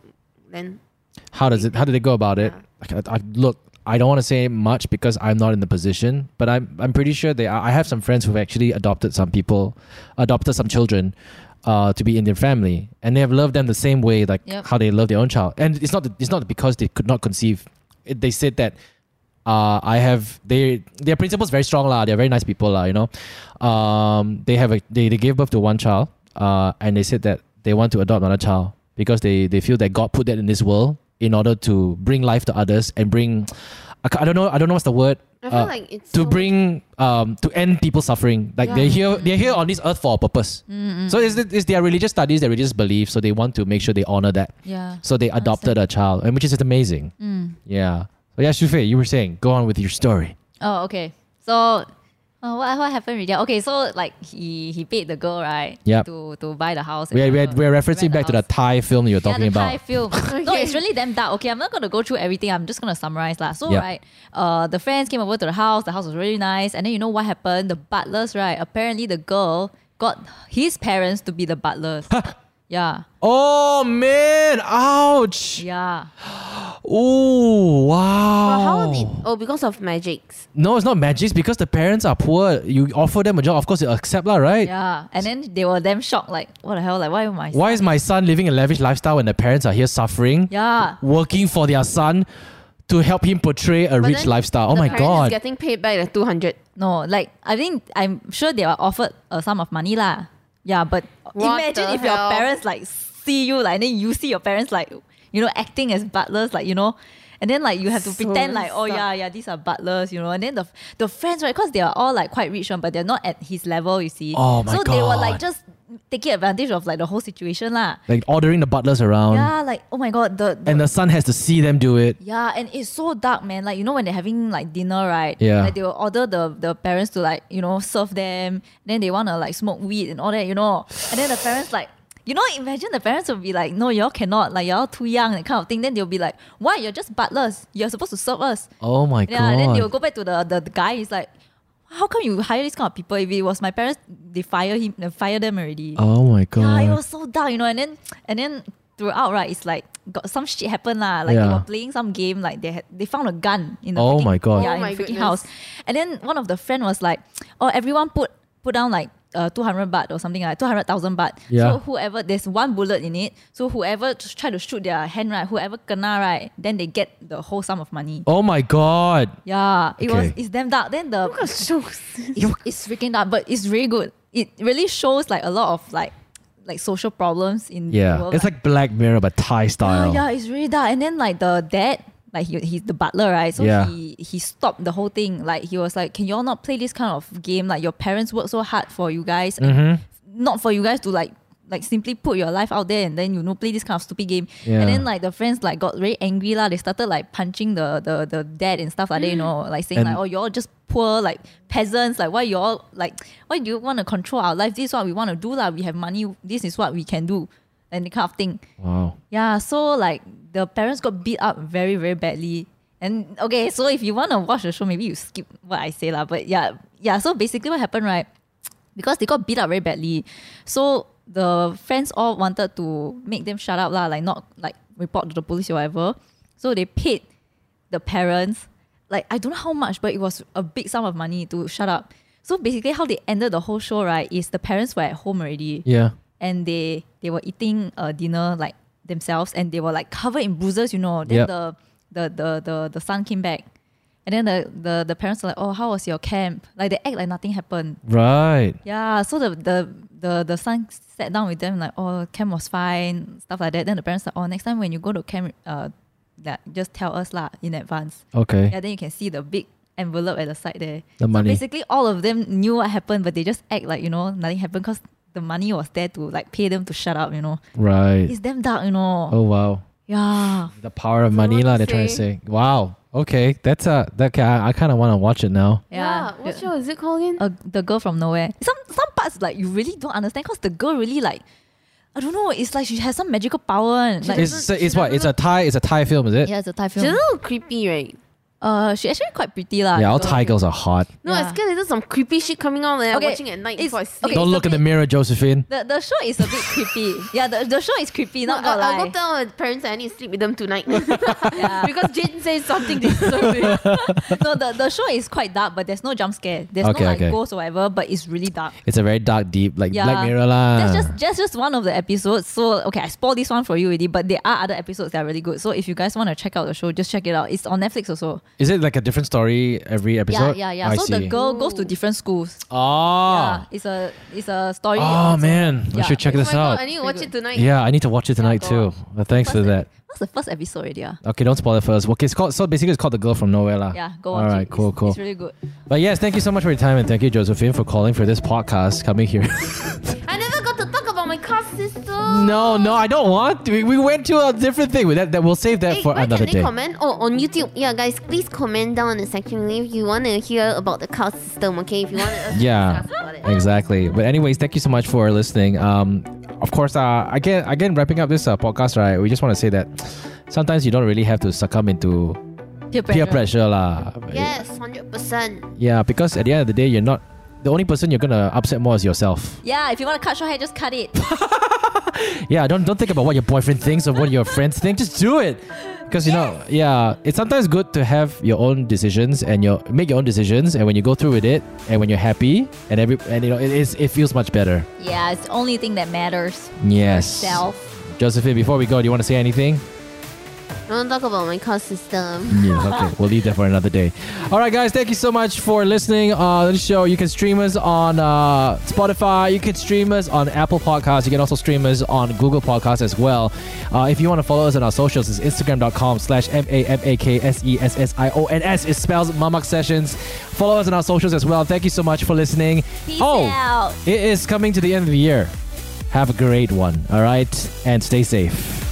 [SPEAKER 4] then
[SPEAKER 1] how does it how do they go about it I, I, look i don't want to say much because i'm not in the position but i'm i'm pretty sure they are, i have some friends who've actually adopted some people adopted some children uh, to be in their family and they have loved them the same way like
[SPEAKER 2] Yep.
[SPEAKER 1] how they love their own child and it's not it's not because they could not conceive it, they said that uh, I have they their principles very strong lah. They're very nice people lah. You know, um, they have a they, they gave birth to one child, uh, and they said that they want to adopt another child because they they feel that God put that in this world in order to bring life to others and bring I, ca- I don't know I don't know what's the word
[SPEAKER 4] I feel
[SPEAKER 1] uh,
[SPEAKER 4] like it's
[SPEAKER 1] to
[SPEAKER 4] so-
[SPEAKER 1] bring um to end people's suffering. Like they're here they're here on this earth for a purpose. So it's, it's their religious studies, their religious beliefs. So they want to make sure they honor that.
[SPEAKER 2] Yeah.
[SPEAKER 1] So they adopted a child, and which is just amazing.
[SPEAKER 2] Mm.
[SPEAKER 1] Yeah. So yeah, Shufei, you were saying, go on with your story.
[SPEAKER 2] Oh, okay. So, uh, what, what happened with that? Okay, so like he he paid the girl right.
[SPEAKER 1] Yep.
[SPEAKER 2] To to buy the house.
[SPEAKER 1] We're,
[SPEAKER 2] and
[SPEAKER 1] we're,
[SPEAKER 2] all.
[SPEAKER 1] we're referencing
[SPEAKER 2] Rent
[SPEAKER 1] back to the
[SPEAKER 2] house.
[SPEAKER 1] Thai film you were talking
[SPEAKER 2] yeah, the
[SPEAKER 1] about.
[SPEAKER 2] Thai film. No, it's really damn dark. Okay, I'm not gonna go through everything. I'm just gonna summarize lah. So
[SPEAKER 1] Yeah.
[SPEAKER 2] right, uh, the friends came over to the house. The house was really nice, and then you know what happened? The butlers, right? Apparently, the girl got his parents to be the butlers. yeah,
[SPEAKER 1] Oh man! Ouch!
[SPEAKER 2] yeah.
[SPEAKER 1] Oh
[SPEAKER 4] But
[SPEAKER 1] wow!
[SPEAKER 4] how did oh because of magics
[SPEAKER 1] no, it's not magic. It's because the parents are poor. You offer them a job, of course they accept lah, right?
[SPEAKER 2] Yeah, and then they were damn shocked. Like, what the hell? Like, why am I?
[SPEAKER 1] Why is my son living a lavish lifestyle when the parents are here suffering,
[SPEAKER 2] Yeah,
[SPEAKER 1] working for their son to help him portray a rich
[SPEAKER 4] then
[SPEAKER 1] lifestyle? Oh my
[SPEAKER 4] parent is
[SPEAKER 1] god!
[SPEAKER 4] getting paid back the two hundred
[SPEAKER 2] no. Like, I think I'm sure they were offered a sum of money lah. Yeah, but
[SPEAKER 4] What
[SPEAKER 2] imagine
[SPEAKER 4] the
[SPEAKER 2] if
[SPEAKER 4] hell?
[SPEAKER 2] your parents like see you like, and then you see your parents like you know, acting as butlers, like, you know, and then like you have to
[SPEAKER 4] So
[SPEAKER 2] pretend like, oh
[SPEAKER 4] suck.
[SPEAKER 2] yeah, yeah, these are butlers, you know, and then the the friends, right, because they are all like quite rich one, but they're not at his level, you see.
[SPEAKER 1] Oh my
[SPEAKER 2] so they were like
[SPEAKER 1] God.
[SPEAKER 2] just taking advantage of like the whole situation lah.
[SPEAKER 1] Like ordering the butlers around,
[SPEAKER 2] Yeah, like oh my god, the, the
[SPEAKER 1] and the son has to see them do it.
[SPEAKER 2] yeah, and it's so dark, man. Like you know when they're having like dinner, right?
[SPEAKER 1] Yeah.
[SPEAKER 2] Like they will order the the parents to like you know serve them. Then they want to like smoke weed and all that, you know. And then the parents like. You know, imagine the parents will be like, "No, y'all cannot. Like y'all too young, that kind of thing." Then they'll be like, "Why? You're just butlers. You're supposed to serve us."
[SPEAKER 1] Oh my
[SPEAKER 2] Yeah. Then
[SPEAKER 1] god!
[SPEAKER 2] they'll go back to the, the the guy. He's like, "How come you hire this kind of people? If it was my parents, they fire him, they fire them already."
[SPEAKER 1] oh my
[SPEAKER 2] Yeah, it
[SPEAKER 1] god!
[SPEAKER 2] was so dark, you know. And then and then throughout, right, it's like got some shit happened lah. Like they
[SPEAKER 1] Yeah.
[SPEAKER 2] were playing some game, like they had, they found a gun in the
[SPEAKER 1] Oh
[SPEAKER 2] freaking,
[SPEAKER 1] my God.
[SPEAKER 2] yeah,
[SPEAKER 3] Oh
[SPEAKER 2] in
[SPEAKER 3] my
[SPEAKER 2] the freaking
[SPEAKER 3] goodness.
[SPEAKER 2] house. And then one of the friend was like, oh, everyone put put down like uh, two hundred baht or something like two hundred thousand baht.
[SPEAKER 1] Yeah.
[SPEAKER 2] So whoever there's one bullet in it, so whoever t- try to shoot their hand right, whoever kena right, then they get the whole sum of money.
[SPEAKER 1] oh my god!
[SPEAKER 2] Yeah, it was
[SPEAKER 1] Okay.
[SPEAKER 2] it's damn dark. Then the
[SPEAKER 4] shows.
[SPEAKER 2] it's, it's freaking dark, but it's really good. It really shows like a lot of like like social problems in the
[SPEAKER 1] Yeah,
[SPEAKER 2] world.
[SPEAKER 1] it's like Black Mirror but Thai
[SPEAKER 2] yeah,
[SPEAKER 1] style.
[SPEAKER 2] Oh, yeah, it's really dark. And then like the dad, like he, he's the butler, right? So
[SPEAKER 1] Yeah.
[SPEAKER 2] he he stopped the whole thing. Like he was like, Can y'all not play this kind of game? Like your parents work so hard for you guys.
[SPEAKER 1] Mm-hmm.
[SPEAKER 2] and Not for you guys to like like simply put your life out there and then you know play this kind of stupid game.
[SPEAKER 1] Yeah.
[SPEAKER 2] And then like the friends like got very angry lah. They started like punching the the, the dad and stuff like that, you know, like saying
[SPEAKER 1] And-
[SPEAKER 2] like, Oh, you're just poor like peasants, like why y'all like why do you want to control our life? This is what we want to do, lah. We have money, this is what we can do. And the kind of thing.
[SPEAKER 1] Wow.
[SPEAKER 2] Yeah, so like the parents got beat up very, very badly. And okay, so if you want to watch the show, maybe you skip what I say lah. But yeah, yeah. So basically, what happened, right? Because they got beat up very badly, so the friends all wanted to make them shut up lah, like not like report to the police or whatever. So they paid the parents, like I don't know how much, but it was a big sum of money to shut up. So basically, how they ended the whole show, right, is the parents were at home already
[SPEAKER 1] Yeah.
[SPEAKER 2] and they they were eating a dinner like themselves and they were like covered in bruises, you know.
[SPEAKER 1] Yep.
[SPEAKER 2] Then the, the the the the son came back. And then the, the, the parents were like, Oh, how was your camp? Like they act like nothing happened.
[SPEAKER 1] Right.
[SPEAKER 2] Yeah. So the the the, the son sat down with them like, Oh, camp was fine, stuff like that. Then the parents like, Oh, next time when you go to camp, uh that just tell us lah in advance.
[SPEAKER 1] Okay.
[SPEAKER 2] Yeah, then you can see the big envelope at the side there.
[SPEAKER 1] The money.
[SPEAKER 2] Basically, all of them knew what happened, but they just act like you know nothing happened because the money was there to like pay them to shut up. You know,
[SPEAKER 1] Right.
[SPEAKER 2] it's damn dark. You know,
[SPEAKER 1] Oh wow.
[SPEAKER 2] yeah,
[SPEAKER 1] The power of money, lah.
[SPEAKER 3] what to
[SPEAKER 1] They're trying to say. Wow. Okay. That's a. That. ca- I, I kind of want to watch it now.
[SPEAKER 2] yeah.
[SPEAKER 4] What show is it called again?
[SPEAKER 2] Uh, the girl from nowhere. Some some parts like you really don't understand because the girl really like I don't know. It's like she has some magical power. And, like,
[SPEAKER 1] It's so it's what? It's a Thai. It's a Thai film, is it?
[SPEAKER 2] yeah, it's a Thai
[SPEAKER 4] She's a
[SPEAKER 2] film.
[SPEAKER 4] little creepy, right?
[SPEAKER 2] Uh, she actually quite pretty lah.
[SPEAKER 1] Yeah. All
[SPEAKER 2] the girl.
[SPEAKER 1] Thai girls are hot.
[SPEAKER 4] No,
[SPEAKER 2] Yeah.
[SPEAKER 4] I scared there's some creepy shit coming on and I'm
[SPEAKER 2] Okay,
[SPEAKER 4] watching at night
[SPEAKER 2] it's-
[SPEAKER 4] before I sleep.
[SPEAKER 2] okay,
[SPEAKER 1] Don't
[SPEAKER 2] it's a
[SPEAKER 1] look in the
[SPEAKER 2] bit-
[SPEAKER 1] mirror, Josephine.
[SPEAKER 2] The, the show is a bit creepy. Yeah, the, the show is creepy.
[SPEAKER 4] No,
[SPEAKER 2] Not
[SPEAKER 4] I'll,
[SPEAKER 2] gonna
[SPEAKER 4] I'll
[SPEAKER 2] lie.
[SPEAKER 4] go tell my parents that I need to sleep with them tonight.
[SPEAKER 2] Yeah.
[SPEAKER 4] because Jane says something disturbing.
[SPEAKER 2] no, the, the show is quite dark, but there's no jump scare. There's
[SPEAKER 1] Okay,
[SPEAKER 2] no like
[SPEAKER 1] okay.
[SPEAKER 2] ghosts or whatever, but it's really dark.
[SPEAKER 1] It's a very dark, deep, like
[SPEAKER 2] Yeah.
[SPEAKER 1] Black Mirror, lah.
[SPEAKER 2] That's just that's just one of the episodes. So okay, I spoiled this one for you already, but there are other episodes that are really good. So if you guys want to check out the show, just check it out. It's on Netflix also.
[SPEAKER 1] Is it like a different story every episode?
[SPEAKER 2] Yeah, yeah, yeah.
[SPEAKER 1] I
[SPEAKER 2] so the
[SPEAKER 1] see.
[SPEAKER 2] girl goes to different schools.
[SPEAKER 1] Oh.
[SPEAKER 2] Yeah, it's a it's a story.
[SPEAKER 1] Oh
[SPEAKER 2] also.
[SPEAKER 1] man, I
[SPEAKER 2] Yeah.
[SPEAKER 1] should check
[SPEAKER 4] Oh
[SPEAKER 1] this
[SPEAKER 4] my God,
[SPEAKER 1] out.
[SPEAKER 4] I need to watch it tonight.
[SPEAKER 1] Yeah, I need to watch it tonight too. Well, thanks for
[SPEAKER 2] What's
[SPEAKER 1] that.
[SPEAKER 2] What's the first episode already? Yeah,
[SPEAKER 1] Okay, don't spoil it for us. Okay, it's called so basically it's called The Girl from Nowhere, lah.
[SPEAKER 2] yeah go
[SPEAKER 1] All
[SPEAKER 2] watch it.
[SPEAKER 1] right, cool,
[SPEAKER 2] It's-
[SPEAKER 1] cool.
[SPEAKER 2] It's really good.
[SPEAKER 1] But yes, thank you so much for your time and thank you, Josephine, for calling for this podcast coming here.
[SPEAKER 4] I never got to talk about my car system.
[SPEAKER 1] no, no, I don't want. To. We, we went to a different thing. That, that we'll save that
[SPEAKER 4] Hey,
[SPEAKER 1] for
[SPEAKER 4] where
[SPEAKER 1] another
[SPEAKER 4] can they
[SPEAKER 1] day.
[SPEAKER 4] comment? Oh, on YouTube. Yeah, guys, please comment down in the section if you want to hear about the car system, okay? If you want us to
[SPEAKER 1] Yeah,
[SPEAKER 4] discuss about it.
[SPEAKER 1] exactly. But anyways, thank you so much for listening. Um, of course, uh, again, again, wrapping up this uh, podcast, right? We just want to say that sometimes you don't really have to succumb into
[SPEAKER 2] Peer
[SPEAKER 1] peer pressure, lah.
[SPEAKER 4] Yes, 100%.
[SPEAKER 1] Yeah, because at the end of the day, you're not the only person you're gonna upset more is yourself.
[SPEAKER 2] Yeah, if you want to cut short hair, just cut it.
[SPEAKER 1] Yeah, don't don't think about what your boyfriend thinks or what your friends think. Just do it, because you know, yeah, it's sometimes good to have your own decisions and your make your own decisions. And when you go through with it, and when you're happy, and every and you know, it is it feels much better.
[SPEAKER 2] yeah, it's the only thing that matters.
[SPEAKER 1] Yes.
[SPEAKER 2] Self.
[SPEAKER 1] Josephine, before we go, do you want to say anything?
[SPEAKER 4] I want to talk about my caste system.
[SPEAKER 1] Yeah, okay. We'll leave that for another day. All right, guys. Thank you so much for listening on the show. You can stream us on uh, Spotify. You can stream us on Apple Podcasts. You can also stream us on Google Podcasts as well. Uh, if you want to follow us on our socials, it's instagram.com slash E M-A-M-A-K-S-E-S-S-I-O-N-S. It spells Mamak Sessions. Follow us on our socials as well. Thank you so much for listening.
[SPEAKER 2] Peace
[SPEAKER 1] oh,
[SPEAKER 2] out.
[SPEAKER 1] it is coming to the end of the year. Have a great one. All right. And stay safe.